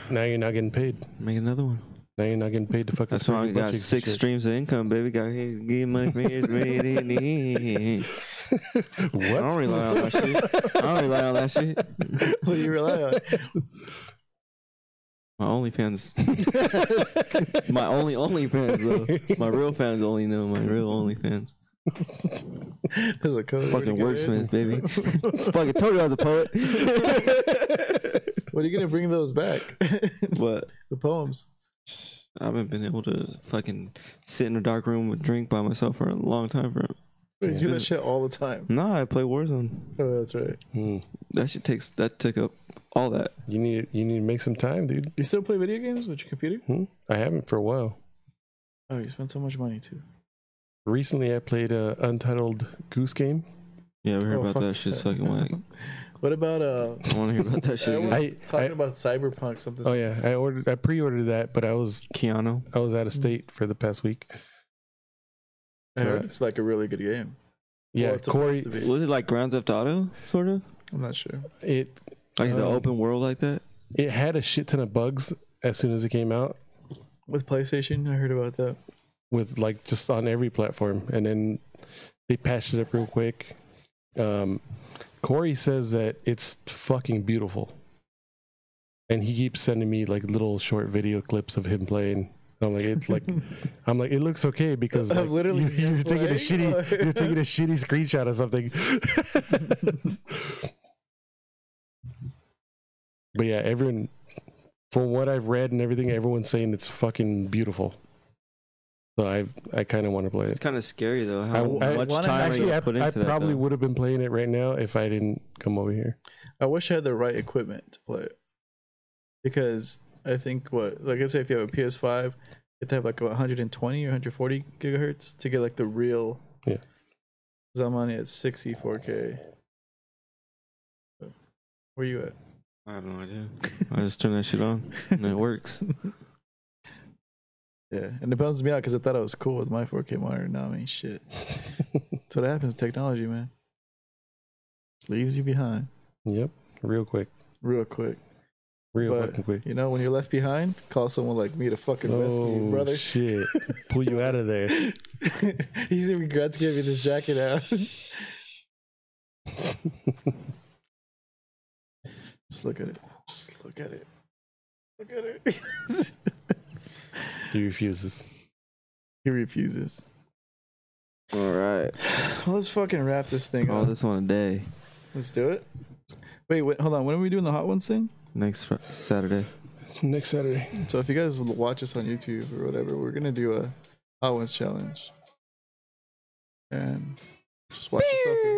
Speaker 2: Now you're not getting paid.
Speaker 3: Make another one.
Speaker 2: Now you're not getting paid to fucking.
Speaker 3: That's why
Speaker 2: screw
Speaker 3: I
Speaker 2: your
Speaker 3: got
Speaker 2: butt cheeks and
Speaker 3: six
Speaker 2: shit.
Speaker 3: streams of income, baby. Got here, get money from here, me.
Speaker 2: What?
Speaker 3: I don't rely on that shit. I don't rely on that shit.
Speaker 1: What do you rely on?
Speaker 3: My OnlyFans, my only OnlyFans though. My real fans only know my real OnlyFans.
Speaker 1: There's a code.
Speaker 3: Fucking
Speaker 1: Where'd you get it?
Speaker 3: wordsmith, baby. Fucking told you I was a poet.
Speaker 1: When are you gonna bring those back?
Speaker 3: But
Speaker 1: the poems.
Speaker 3: I haven't been able to fucking sit in a dark room with drink by myself for a long time. For
Speaker 1: We do
Speaker 3: Yeah.
Speaker 1: that shit all the time.
Speaker 3: nah, I play Warzone.
Speaker 1: Oh, that's right.
Speaker 2: Hmm.
Speaker 3: That shit takes that took up all that.
Speaker 2: You need you need to make some time, dude.
Speaker 1: You still play video games with your computer?
Speaker 2: Hmm? I haven't for a while.
Speaker 1: Oh, you spend so much money too.
Speaker 2: Recently, I played a untitled Goose Game.
Speaker 3: Yeah, we heard
Speaker 1: Oh,
Speaker 3: about
Speaker 1: fuck
Speaker 3: that shit's fucking whack.
Speaker 1: What about uh?
Speaker 3: I want to hear about that shit.
Speaker 1: I
Speaker 3: again.
Speaker 1: was
Speaker 2: I-
Speaker 1: talking
Speaker 2: I-
Speaker 1: about Cyberpunk something.
Speaker 2: Oh yeah, I ordered I pre-ordered that, but I was
Speaker 3: Keanu.
Speaker 2: I was out of state for the past week.
Speaker 1: I heard it's like a really good game.
Speaker 2: Yeah,
Speaker 1: Well, it's supposed
Speaker 2: Corey.
Speaker 1: to be.
Speaker 3: Was it like Grand Theft Auto, sort of?
Speaker 1: I'm not sure.
Speaker 2: It
Speaker 3: Like the
Speaker 2: Oh.
Speaker 3: open world like that.
Speaker 2: It had a shit ton of bugs as soon as it came out,
Speaker 1: with PlayStation. I heard about that.
Speaker 2: with like just on every platform, and then they patched it up real quick. Um, Corey says that it's fucking beautiful, and he keeps sending me like little short video clips of him playing. I'm like, it's like, I'm like, it looks okay because
Speaker 1: Of
Speaker 2: like,
Speaker 1: literally
Speaker 2: you,
Speaker 1: him
Speaker 2: you're taking a
Speaker 1: playing?
Speaker 2: shitty, you're taking a shitty screenshot of something. but yeah, everyone, from what I've read and everything, everyone's saying it's fucking beautiful. So I, I kind of want to play
Speaker 3: It's
Speaker 2: it.
Speaker 3: kind of scary though.
Speaker 2: I-
Speaker 3: How
Speaker 2: I
Speaker 3: much
Speaker 1: wanna-
Speaker 3: time
Speaker 2: Actually,
Speaker 3: actually,
Speaker 2: I,
Speaker 3: put into
Speaker 2: I
Speaker 3: that,
Speaker 2: probably
Speaker 3: though.
Speaker 2: would have been playing it right now if I didn't come over here.
Speaker 1: I wish I had the right equipment to play it. Because I think what like I say if you have a PS5, you have to have like a 120 or 140 gigahertz to get like the real
Speaker 2: Yeah.
Speaker 1: Because I'm on it at 64 k Where you at?
Speaker 3: I have no idea. I just turn that shit on and it works.
Speaker 1: Yeah. And it bums me out because I thought I was cool with my 4K monitor. Now I mean shit. That's what happens with technology, man. Just leaves you behind
Speaker 2: yep, real quick,
Speaker 1: real quick.
Speaker 2: real
Speaker 1: But-
Speaker 2: fucking quick.
Speaker 1: You know, when you're left behind, call someone like me to fucking rescue you,
Speaker 3: Oh,
Speaker 1: brother.
Speaker 2: shit! Pull you out of there.
Speaker 1: he regrets giving me this jacket out. Just look at it. Just look at it. Look at it.
Speaker 2: he refuses.
Speaker 1: he refuses.
Speaker 3: All right.
Speaker 1: Well, let's fucking wrap this thing
Speaker 3: Call
Speaker 1: up.
Speaker 3: this one a day.
Speaker 1: Let's do it. Wait, wait, hold on. When are we doing the hot ones thing?
Speaker 3: Next fr- Saturday.
Speaker 2: Next Saturday.
Speaker 1: So if you guys will watch us on YouTube or whatever, we're gonna do a hot ones challenge. And just watch us up here.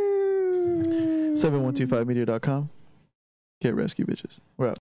Speaker 1: 7125media.com. Get rescue bitches. We're out.